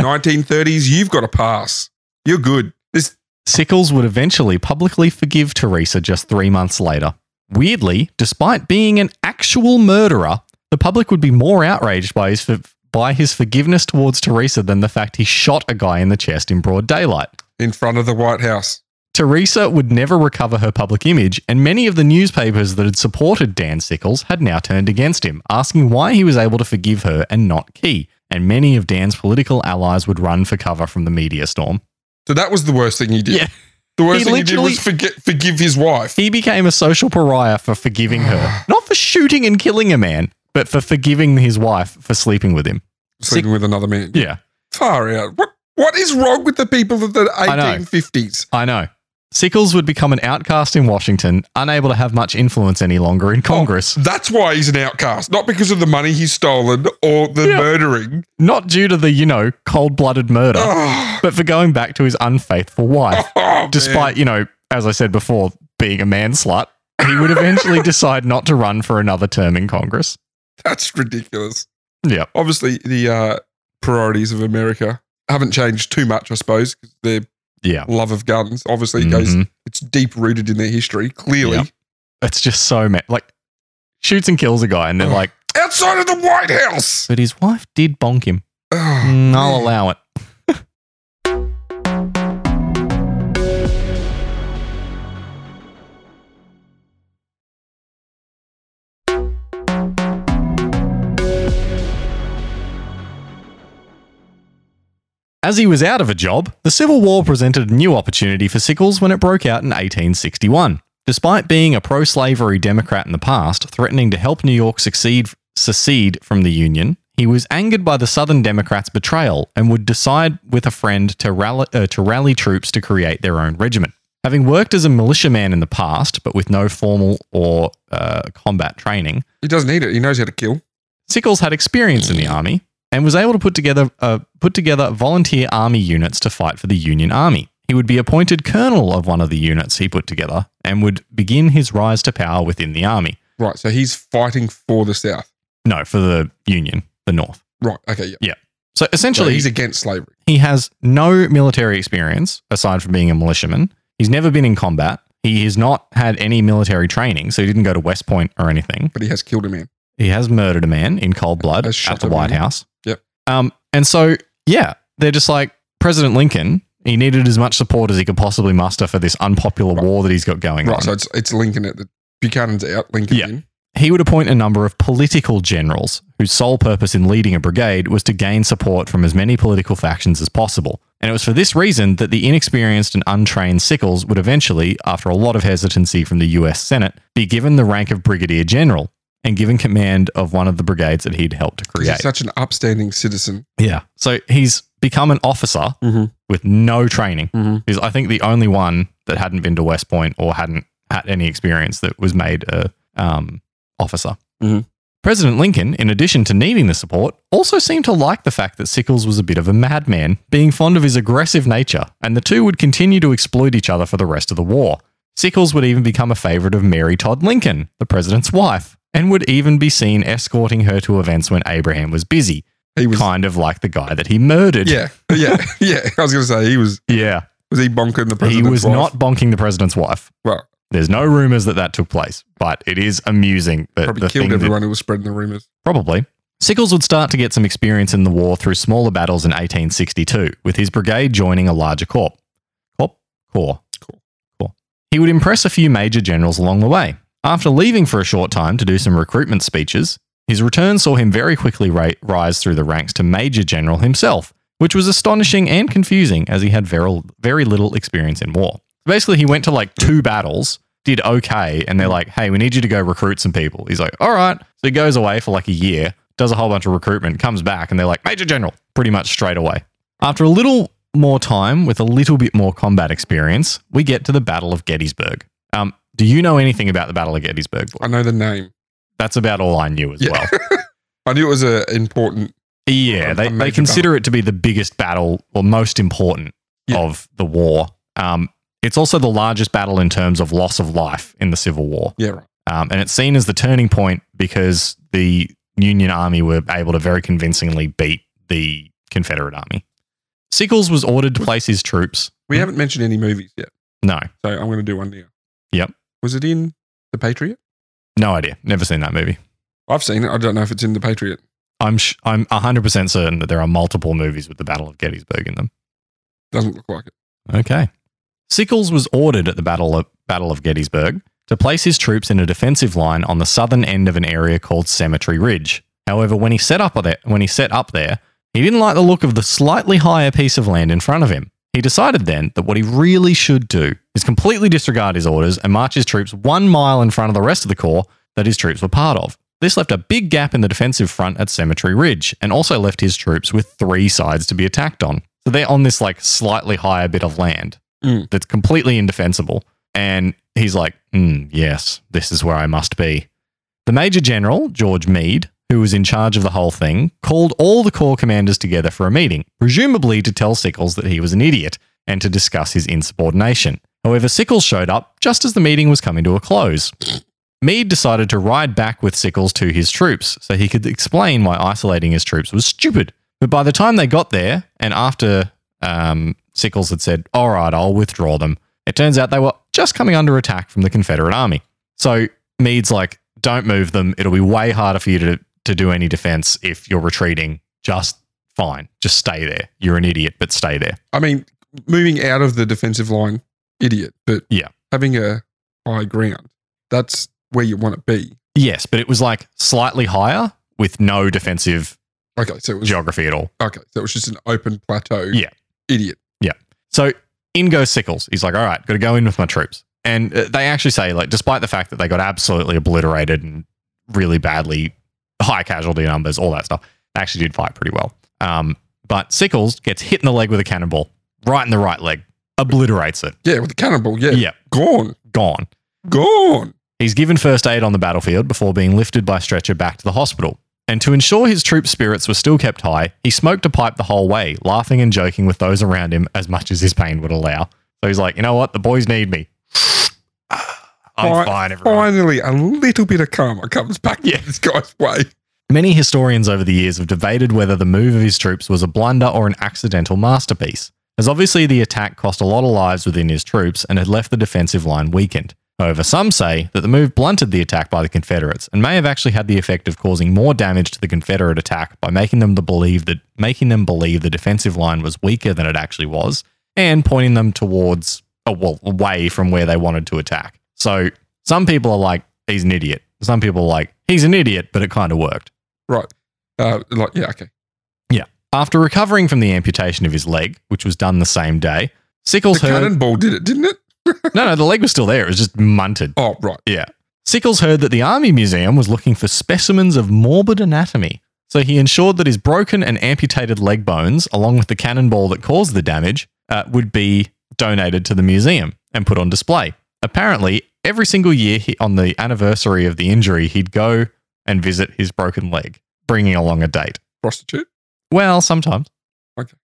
B: 1930s, you've got to pass. You're good. This
A: Sickles would eventually publicly forgive Teresa just 3 months later. Weirdly, despite being an actual murderer, the public would be more outraged by his by his forgiveness towards Teresa than the fact he shot a guy in the chest in broad daylight.
B: in front of the White House.
A: Teresa would never recover her public image, and many of the newspapers that had supported Dan Sickles had now turned against him, asking why he was able to forgive her and not Key. And many of Dan's political allies would run for cover from the media storm.
B: So that was the worst thing he did.
A: Yeah.
B: The worst
A: He
B: thing he did
A: literally-
B: was forget, forgive his wife.
A: He became a social pariah for forgiving her, not for shooting and killing a man, but for forgiving his wife for sleeping with him.
B: Sleeping with another man.
A: Yeah,
B: Far out. What what is wrong with the people of the
A: know.
B: 1850s?
A: I know. Sickles would become an outcast in Washington, unable to have much influence any longer in Congress.
B: That's why he's an outcast, not because of the money he's stolen or the
A: Yeah.
B: murdering.
A: Not due to the, you know, cold blooded murder.
B: Oh,
A: but for going back to his unfaithful wife,
B: oh, man.
A: despite, you know, as I said before, being a man slut, he would eventually decide not to run for another term in Congress.
B: that's ridiculous.
A: Yep.
B: Obviously, the uh, priorities of America haven't changed too much, I suppose. 'cause Their
A: Yeah.
B: love of guns obviously goes
A: Mhm.
B: it's deep rooted in their history. Clearly,
A: Yep. It's just so mad. Like, shoots and kills a guy, and they're
B: Ugh.
A: like,
B: outside of the White House.
A: but his wife did bonk him.
B: Oh,
A: Mm, I'll allow it. As he was out of a job, the Civil War presented a new opportunity for Sickles when it broke out in 1861. Despite being a pro slavery Democrat in the past, threatening to help New York succeed, secede from the Union, he was angered by the Southern Democrats' betrayal and would decide with a friend to rally, uh, to rally troops to create their own regiment. Having worked as a militiaman in the past, but with no formal or uh, combat training,
B: he doesn't need it. He knows how to kill.
A: Sickles had experience in the army and was able to put together uh, put together volunteer army units to fight for the Union Army. He would be appointed colonel of one of the units he put together and would begin his rise to power within the army.
B: Right, so he's fighting for the South.
A: No, for the Union, the North.
B: Right, okay, yeah.
A: So
B: So
A: essentially,
B: he's against slavery.
A: he has no military experience aside from being a militiaman. He's never been in combat. He has not had any military training, so he didn't go to West Point or anything.
B: but he has killed a man.
A: He has murdered a man in cold blood
B: Has
A: at
B: shot
A: the
B: a
A: White
B: man.
A: House.
B: Yep.
A: Um, and so, yeah, they're just like President Lincoln. He needed as much support as he could possibly muster for this unpopular
B: Right.
A: war that he's got going
B: Right,
A: on.
B: so it's, it's Lincoln at the Buchanan's out, Lincoln
A: Yeah.
B: in.
A: he would appoint a number of political generals whose sole purpose in leading a brigade was to gain support from as many political factions as possible. And it was for this reason that the inexperienced and untrained Sickles would eventually, after a lot of hesitancy from the US Senate, be given the rank of brigadier general and given command of one of the brigades that he'd helped to
B: 'Cause
A: create.
B: He's such an upstanding citizen.
A: Yeah. So he's become an officer
B: Mhm.
A: with no training.
B: Mhm.
A: He's, I think, the only one that hadn't been to West Point or hadn't had any experience that was made a um, officer.
B: Mhm.
A: President Lincoln, in addition to needing the support, also seemed to like the fact that Sickles was a bit of a madman, being fond of his aggressive nature, and the two would continue to exploit each other for the rest of the war. Sickles would even become a favorite of Mary Todd Lincoln, the president's wife, and would even be seen escorting her to events when Abraham was busy
B: He was.
A: kind of like the guy that he murdered.
B: Yeah, yeah, yeah. I was going to say he was.
A: Yeah.
B: Was he bonking the
A: He
B: president's
A: was
B: wife?
A: not bonking the president's wife.
B: Well,
A: There's no rumors that that took place, but it is amusing that
B: probably
A: the thing
B: killed
A: that-
B: everyone who was spreading the rumors.
A: probably. Sickles would start to get some experience in the war through smaller battles in 1862, with his brigade joining a larger corps. Corp? Corps.
B: Corps.
A: Corps. He would impress a few major generals along the way. After leaving for a short time to do some recruitment speeches, his return saw him very quickly ra- rise through the ranks to major general himself, which was astonishing and confusing as he had very, very little experience in war. Basically, he went to like two battles, did okay, and they're
B: Mm.
A: like, hey, we need you to go recruit some people. He's like, all right. So he goes away for like a year, does a whole bunch of recruitment, comes back, and they're like, major general, pretty much straight away. After a little more time with a little bit more combat experience, we get to the Battle of Gettysburg. Um, do you know anything about the Battle of Gettysburg?
B: I know the name.
A: That's about all I knew as
B: Yeah.
A: well.
B: I knew it was a important.
A: Yeah,
B: A-
A: they,
B: a
A: they
B: major
A: consider it to be the biggest battle or most important
B: Yeah.
A: of the war. Um, it's also the largest battle in terms of loss of life in the Civil War.
B: Yeah, right.
A: Um, and it's seen as the turning point because the Union Army were able to very convincingly beat the Confederate Army. Sickles was ordered to place his troops.
B: We haven't mentioned any movies yet,
A: No,
B: so I'm going to do one now.
A: Yep.
B: Was it in The Patriot?
A: no idea. Never seen that movie.
B: I've seen it. I don't know if it's in The Patriot.
A: I'm sh- I'm 100% certain that there are multiple movies with the Battle of Gettysburg in them.
B: Doesn't look like it.
A: Okay. Sickles was ordered at the Battle of, Battle of Gettysburg to place his troops in a defensive line on the southern end of an area called Cemetery Ridge. However, when he set up there, when he set up there, he didn't like the look of the slightly higher piece of land in front of him. He decided then that what he really should do is completely disregard his orders and march his troops one mile in front of the rest of the corps that his troops were part of. This left a big gap in the defensive front at Cemetery Ridge and also left his troops with three sides to be attacked on. So they're on this like slightly higher bit of land
B: Mm.
A: that's completely indefensible. And he's like, "Mm, yes, this is where I must be. The Major General, George Meade, who was in charge of the whole thing, called all the Corps commanders together for a meeting, presumably to tell Sickles that he was an idiot and to discuss his insubordination. However, Sickles showed up just as the meeting was coming to a close. Meade decided to ride back with Sickles to his troops so he could explain why isolating his troops was stupid. But by the time they got there, and after um, Sickles had said, All right, I'll withdraw them, it turns out they were just coming under attack from the Confederate Army. So Meade's like, Don't move them. It'll be way harder for you to, to do any defense if you're retreating. Just fine. Just stay there. You're an idiot, but stay there.
B: I mean, moving out of the defensive line, idiot. But
A: Yeah.
B: having a high ground, that's where you want to be.
A: Yes, but it was like slightly higher with no defensive
B: Okay, so it was
A: geography at all.
B: okay, so it was just an open plateau.
A: Yeah.
B: idiot.
A: So in goes Sickles. He's like, all right, got to go in with my troops. And uh, they actually say, like, despite the fact that they got absolutely obliterated and really badly, high casualty numbers, all that stuff, they actually did fight pretty well. Um, but Sickles gets hit in the leg with a cannonball, right in the right leg, obliterates it.
B: Yeah, with the cannonball. Yeah,
A: Yeah,
B: gone,
A: gone.
B: gone.
A: He's given first aid on the battlefield before being lifted by stretcher back to the hospital. And to ensure his troop spirits were still kept high, he smoked a pipe the whole way, laughing and joking with those around him as much as his pain would allow. So he's like, you know what? The boys need me. I'm
B: Fine-
A: fine, everyone.
B: Finally, a little bit of karma comes back
A: Yeah.
B: this guy's way.
A: Many historians over the years have debated whether the move of his troops was a blunder or an accidental masterpiece, as obviously the attack cost a lot of lives within his troops and had left the defensive line weakened. However, some say that the move blunted the attack by the Confederates and may have actually had the effect of causing more damage to the Confederate attack by making them to believe that making them believe the defensive line was weaker than it actually was and pointing them towards oh, well, away from where they wanted to attack. So some people are like he's an idiot. Some people are like he's an idiot, but it kind of worked.
B: Right. Uh, like, yeah, okay.
A: After recovering from the amputation of his leg, which was done the same day,
B: The
A: Sickles heard
B: cannonball did it, didn't it?
A: No, no, the leg was still there. It was just munted.
B: Oh, right.
A: Sickles heard that the Army Museum was looking for specimens of morbid anatomy, so he ensured that his broken and amputated leg bones, along with the cannonball that caused the damage, uh, would be donated to the museum and put on display. Apparently, every single year he, on the anniversary of the injury, he'd go and visit his broken leg, bringing along a date.
B: Prostitute.
A: Well, sometimes.
B: Okay.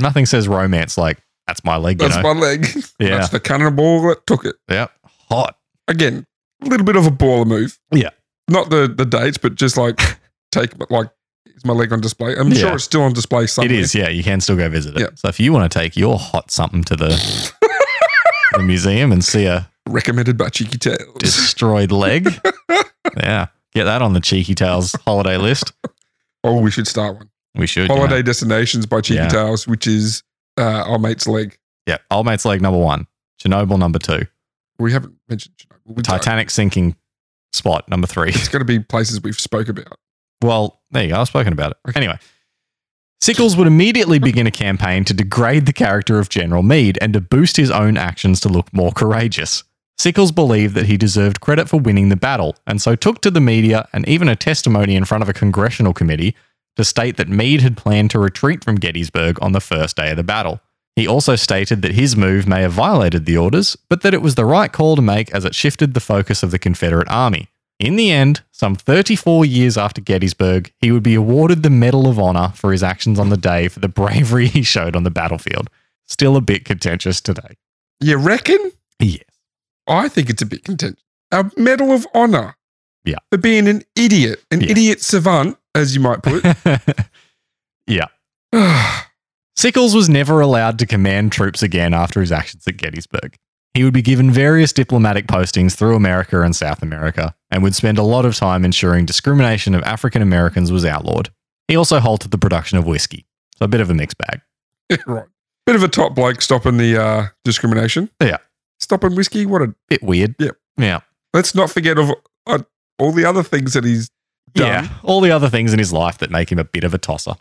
A: Nothing says romance like, that's my leg, you
B: That's
A: know?
B: my leg.
A: yeah.
B: That's the cannonball that took it.
A: Yep. Hot.
B: Again, a little bit of a baller move.
A: Yeah.
B: Not the the dates, but just like take like is my leg on display. I'm
A: Yeah.
B: sure it's still on display somewhere.
A: It is, yeah. You can still go visit it.
B: Yeah.
A: So if you want to take your hot something to the, the museum and see a
B: Recommended by Cheeky Tales.
A: destroyed leg, yeah, get that on the Cheeky Tales holiday list.
B: oh, we should start one.
A: We should.
B: Holiday
A: Yeah.
B: Destinations by Cheeky
A: Yeah.
B: Tales, which is uh, our mate's leg.
A: yeah. Old Mate's Leg number one, Chernobyl number two,
B: We haven't mentioned Chernobyl. We don't.
A: Titanic sinking spot number three.
B: It's going to be places we've spoke about.
A: Well, there you go. I've spoken about it.
B: Okay.
A: Anyway, Sickles would immediately begin a campaign to degrade the character of General Meade and to boost his own actions to look more courageous. Sickles believed that he deserved credit for winning the battle, and so took to the media and even a testimony in front of a congressional committee to state that Meade had planned to retreat from Gettysburg on the first day of the battle. He also stated that his move may have violated the orders, but that it was the right call to make as it shifted the focus of the Confederate Army. In the end, some 34 years after Gettysburg, he would be awarded the Medal of Honor for his actions on the day for the bravery he showed on the battlefield. Still a bit contentious today.
B: You reckon?
A: Yes.
B: I think it's a bit content. A Medal of Honor.
A: Yeah.
B: For being an idiot, an
A: Yeah.
B: idiot savant, as you might put it.
A: Sickles was never allowed to command troops again after his actions at Gettysburg. He would be given various diplomatic postings through America and South America, and would spend a lot of time ensuring discrimination of African Americans was outlawed. He also halted the production of whiskey, so a bit of a mixed bag.
B: right. Bit of a top bloke stopping the uh, discrimination.
A: Yeah.
B: Stopping whiskey. What a.
A: Bit weird.
B: Yep.
A: Yeah.
B: Let's not forget of uh, all the other things that he's done.
A: Yeah. All the other things in his life that make him a bit of a tosser.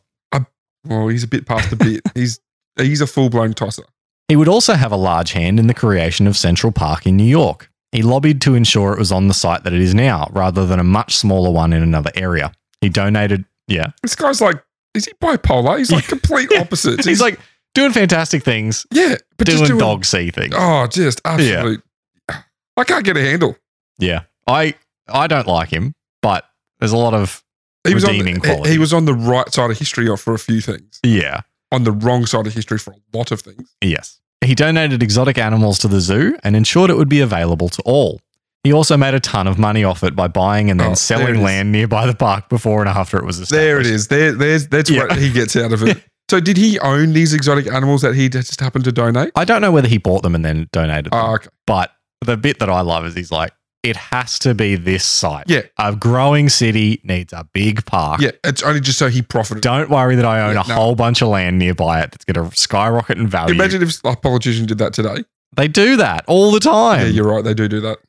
B: Well, he's a bit past the bit. he's he's a full blown tosser.
A: He would also have a large hand in the creation of Central Park in New York. He lobbied to ensure it was on the site that it is now, rather than a much smaller one in another area. He donated, yeah.
B: This guy's like, is he bipolar? He's like complete
A: Yeah.
B: opposites.
A: He's like doing fantastic things,
B: yeah, but
A: doing,
B: just doing
A: dog see things.
B: Oh, just absolute. I can't get a handle.
A: Yeah. I I don't like him, but there's a lot of
B: He was, on
A: Redeeming
B: the,
A: quality.
B: he- he was on the right side of history for a few things,
A: yeah,
B: on the wrong side of history for a lot of things.
A: yes. He donated exotic animals to the zoo and ensured it would be available to all. He also made a ton of money off it by buying and then
B: Oh, there it
A: selling
B: is.
A: land nearby the park before and after it was established.
B: There it is. There, there's that's
A: Yeah.
B: what he gets out of it. so, did he own these exotic animals that he just happened to donate?
A: I don't know whether he bought them and then donated them,
B: Oh, okay.
A: but the bit that I love is he's like, it has to be this site.
B: Yeah.
A: A growing city needs a big park.
B: Yeah, it's only just so he profited.
A: Don't worry that I own
B: Yeah,
A: a
B: no.
A: whole bunch of land nearby it that's going to skyrocket in value.
B: Imagine if a politician did that today.
A: they do that all the
B: yeah,
A: time.
B: you're right. They do do that.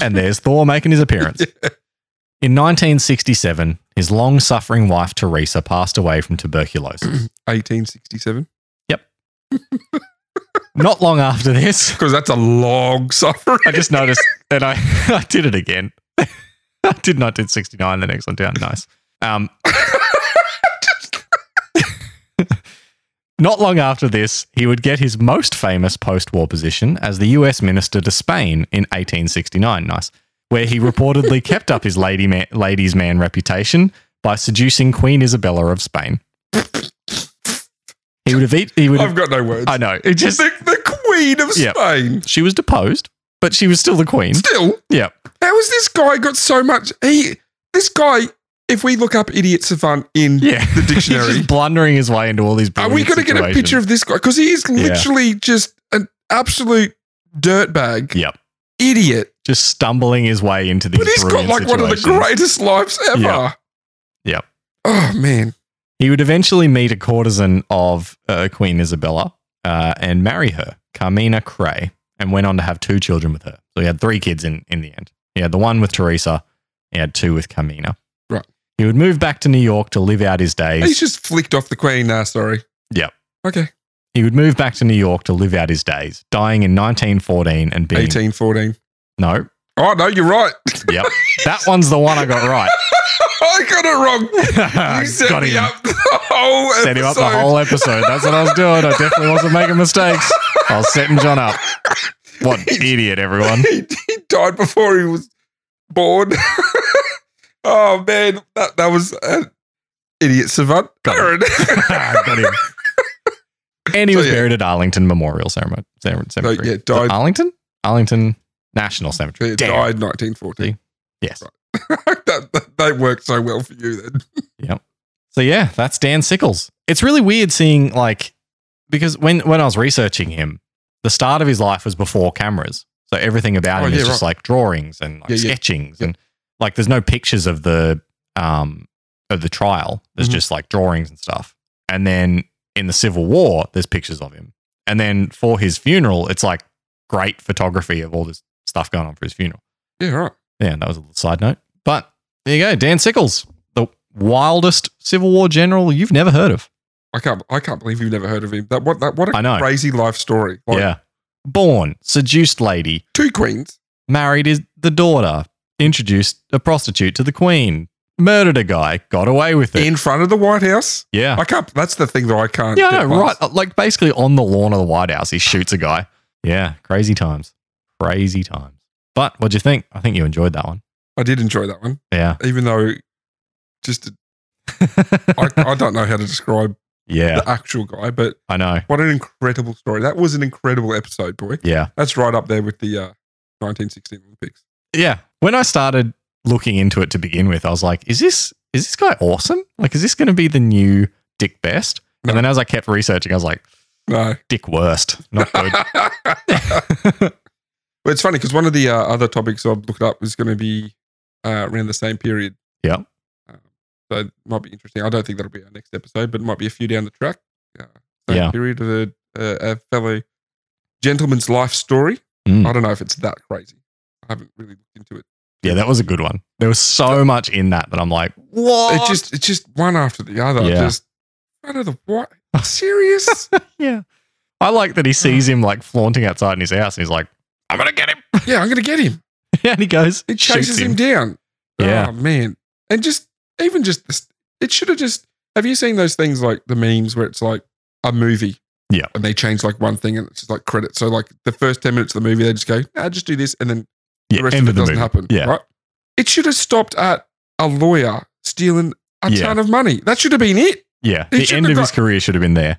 A: and there's Thor making his appearance. In 1967, his long suffering wife, Teresa, passed away from tuberculosis.
B: 1867,
A: Not long after this,
B: because that's a long suffering.
A: I just noticed that I, I did it again. I did not did 69 the next one down. Nice. Um, not long after this, he would get his most famous post war position as the US Minister to Spain in 1869. Nice. Where he reportedly kept up his lady man, ladies' man reputation by seducing Queen Isabella of Spain. He would have eat, he would
B: I've
A: have,
B: got no words.
A: I know. It just
B: the, the Queen of
A: Yeah. Hmm?
B: Spain.
A: she was deposed, but she was still the queen.
B: Still,
A: Yeah.
B: how has this guy got so much? He, this guy. If we look up idiot savant in
A: Yeah.
B: the dictionary,
A: He's just blundering his way into all these.
B: Are we going to get a picture of this guy? Because he is literally just an absolute dirtbag,
A: Yep.
B: idiot,
A: just stumbling his way into these
B: But he's got
A: brilliant
B: like one of the
A: situations.
B: greatest lives ever.
A: Yeah. Yeah.
B: Oh man.
A: He would eventually meet a courtesan of uh, Queen Isabella uh, and marry her, Carmina Cray, and went on to have two children with her. So he had three kids in, in the end. He had the one with Teresa, he had two with Carmina.
B: Right.
A: He would move back to New York to live out his days.
B: He's just flicked off the queen now, sorry.
A: Yep.
B: Okay.
A: he would move back to New York to live out his days, dying in 1914 and being.
B: 18, 14.
A: No,
B: Oh no, you're right.
A: yep. that one's the one I got right.
B: I got it wrong. You set
A: got
B: me
A: him.
B: up the whole
A: Set him up the
B: episode.
A: whole episode. That's what I was doing. I definitely wasn't making mistakes. I was setting John up. What an idiot, everyone.
B: he, he died before he was born. oh man, that that was an idiot savant.
A: Got it.
B: Aaron.
A: Ah, Got him. And he
B: So,
A: was
B: yeah.
A: buried at Arlington Memorial Ceremony. Cem- Cemetery.
B: yeah,
A: Is it
B: died-
A: Arlington? Arlington National
B: He
A: Cemetery.
B: died
A: Damn.
B: 1914.
A: Yes.
B: that, that, they worked so well for you then.
A: So yeah, that's Dan Sickles. It's really weird seeing like because when when I was researching him, the start of his life was before cameras. So everything about
B: Oh,
A: him
B: yeah,
A: is just like drawings and like
B: Yeah, yeah.
A: sketchings
B: Yeah.
A: and like there's no pictures of the um of the trial. There's
B: Mhm.
A: just like drawings and stuff. And then in the Civil War, there's pictures of him. And then for his funeral, it's like great photography of all this stuff going on for his funeral.
B: Yeah, right.
A: Yeah, that was a little side note. But there you go, Dan Sickles, the wildest Civil War general you've never heard of.
B: I can't I can't believe you've never heard of him. That what that what a
A: I know.
B: crazy life story. Like
A: yeah. Born, seduced lady,
B: two queens.
A: married his, the daughter, introduced a prostitute to the queen, murdered a guy, got away with it.
B: in front of the White House.
A: yeah.
B: I can't that's the thing that I can't
A: Ah. yeah,
B: get
A: no,
B: past.
A: right. uh, Like basically on the lawn of the White House, he shoots a guy. Yeah, crazy times. Crazy times. But what'd you think? I think you enjoyed that one.
B: I did enjoy that one.
A: Yeah.
B: Even though just I, I don't know how to describe
A: yeah,
B: the actual guy, but
A: I know.
B: what an incredible story. That was an incredible episode, boy.
A: Yeah.
B: That's right up there with the uh, 1916 Olympics.
A: yeah when i started looking into it to begin with i was like is this is this guy awesome like is this going to be the new dick best
B: No.
A: and then as i kept researching i was like
B: No.
A: dick worst not good
B: but it's funny because one of the uh, other topics I've looked up is going to be uh, around the same period.
A: Yeah.
B: Um, so it might be interesting. I don't think that'll be our next episode, but it might be a few down the track. Uh, same
A: Yeah.
B: period of a, a, a fellow gentleman's life story.
A: Mm.
B: I don't know if it's that crazy. I haven't really looked into it.
A: yeah that was a good one there was so much in that that i'm like what
B: It's just it's just one after the other.
A: Yeah.
B: Just out of the what? Serious?
A: yeah i like that he sees him like flaunting outside in his house and he's like i'm gonna get him
B: yeah, I'm gonna get him.
A: and he goes
B: It
A: shoots
B: chases him. down.
A: Yeah.
B: Oh, man. And just, even just, this, it should have just, have you seen those things like the memes where it's like a movie?
A: Yeah.
B: And they change like one thing and it's just like credit. So, like the first 10 minutes of the movie, they just go, nah, just do this. And then
A: yeah,
B: the rest
A: end
B: of it doesn't
A: movie.
B: happen.
A: yeah
B: Right. It should have stopped at a lawyer stealing a
A: Yeah.
B: ton of money. That should have been it.
A: yeah
B: He
A: the end
B: shouldn't have
A: of his
B: got-
A: career should have been there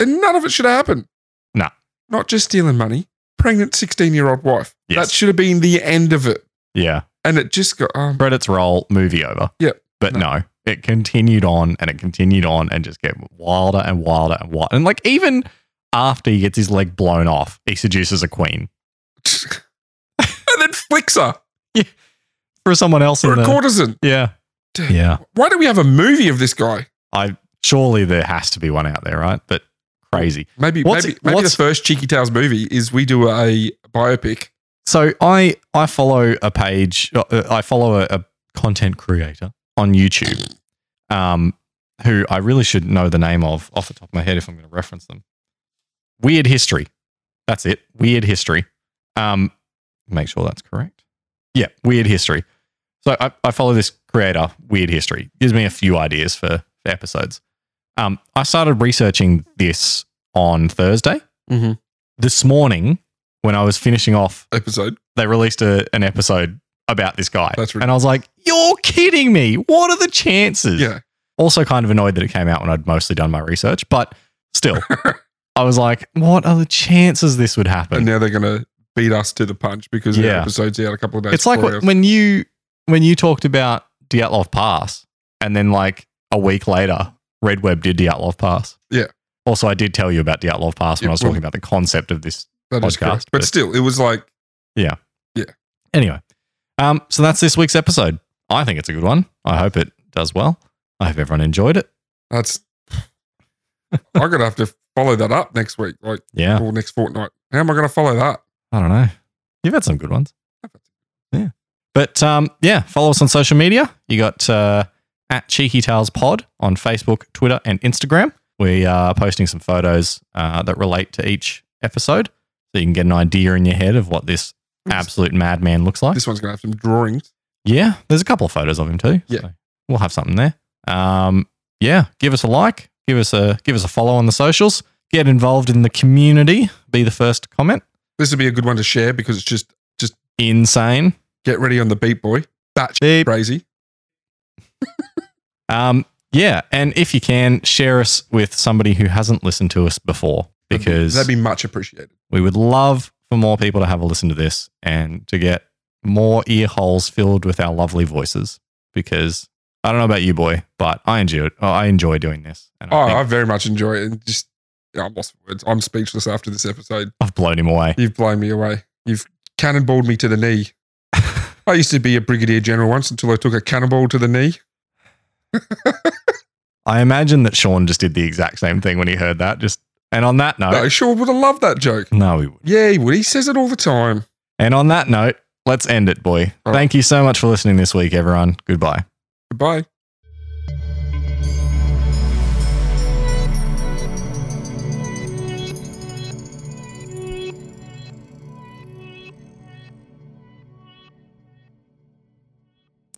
B: And none of it should have happened.
A: No.
B: Not just stealing money, pregnant 16 year old wife.
A: Yes.
B: That should have been the end of it.
A: yeah
B: And it just got, oh,
A: credits roll, movie over.
B: Yep.
A: But
B: No.
A: no. it continued on and it continued on and just get wilder and wilder and wilder. And like even after he gets his leg blown off, he seduces a queen
B: and then flicks her
A: for someone else
B: for
A: in
B: a
A: the
B: courtesan.
A: yeah
B: Dude,
A: yeah.
B: Why don't we have a movie of this guy?
A: Surely there has to be one out there, right? But crazy.
B: Maybe
A: What's-
B: maybe, maybe
A: what's-
B: the first Cheeky Tales movie is we do a biopic.
A: So I I follow a page. uh, uh, I follow a, a content creator on YouTube, um, who I really should know the name of off the top of my head if I'm going to reference them. Weird history. That's it. Weird history. Um, make sure that's correct. Yeah, weird history. So I, I follow this creator, Weird History. Gives me a few ideas for, for episodes. Um, I started researching this on Thursday.
B: Mhm.
A: This morning, when I was finishing off
B: episode.
A: they released a, an episode about this guy.
B: That's ridiculous.
A: and I was like, you're kidding me. What are the chances?
B: Yeah.
A: Also, kind of annoyed that it came out when I'd mostly done my research, but still, I was like, what are the chances this would happen?
B: And now they're going to beat us to the punch because the
A: Yeah.
B: episode's out a couple of days.
A: it's like
B: before
A: wh-
B: ours.
A: when you when you talked about Dyatlov Pass, and then like a week later, Red Web did Dyatlov Pass.
B: Yeah.
A: Also, I did tell you about Dyatlov Pass when
B: Yeah,
A: I was
B: well-
A: talking about the concept of this.
B: That is
A: podcast,
B: correct. But,
A: but-
B: still, it was like,
A: Yeah.
B: Yeah.
A: Anyway, um, so that's this week's episode. I think it's a good one. I hope it does well. I hope everyone enjoyed it.
B: That's. I'm gonna have to follow that up next week, like
A: Yeah,
B: or next fortnight. How am I gonna follow that?
A: I don't know. You've had some good ones.
B: I've had
A: Yeah, but um, yeah, follow us on social media. You got uh, at Cheeky Tales Pod on Facebook, Twitter, and Instagram. We are posting some photos uh, that relate to each episode, so you can get an idea in your head of what this absolute madman looks like.
B: This one's gonna have some drawings.
A: Yeah, there's a couple of photos of him too.
B: Yeah.
A: So we'll have something there. Um, yeah, give us a like, give us a give us a follow on the socials, get involved in the community, be the first to comment.
B: This would be a good one to share because it's just
A: Insane.
B: get ready on the beat, boy. Batch
A: Beep.
B: crazy.
A: Um, yeah, and if you can, share us with somebody who hasn't listened to us before
B: That'd be-
A: because
B: that'd be much appreciated.
A: we would love for more people to have a listen to this and to get more ear holes filled with our lovely voices because I don't know about you, boy, but I enjoy oh, I enjoy doing this. And
B: Oh,
A: I think
B: I very much enjoy it. And just, yeah, I'm lost for words. I'm speechless after this episode.
A: I've blown him away.
B: You've blown me away. You've cannonballed me to the knee. I used to be a brigadier general once until I took a cannonball to the knee.
A: I imagine that Sean just did the exact same thing when he heard that. Just and on that
B: No,
A: note,
B: sure would have loved that joke.
A: no, he would.
B: Yeah, he would. He says it all the time.
A: And on that note, let's end it, boy.
B: All right.
A: Thank you so much for listening this week, everyone. Goodbye.
B: Goodbye.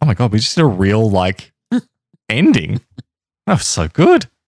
A: Oh my god, we just did a real like ending. That was so good.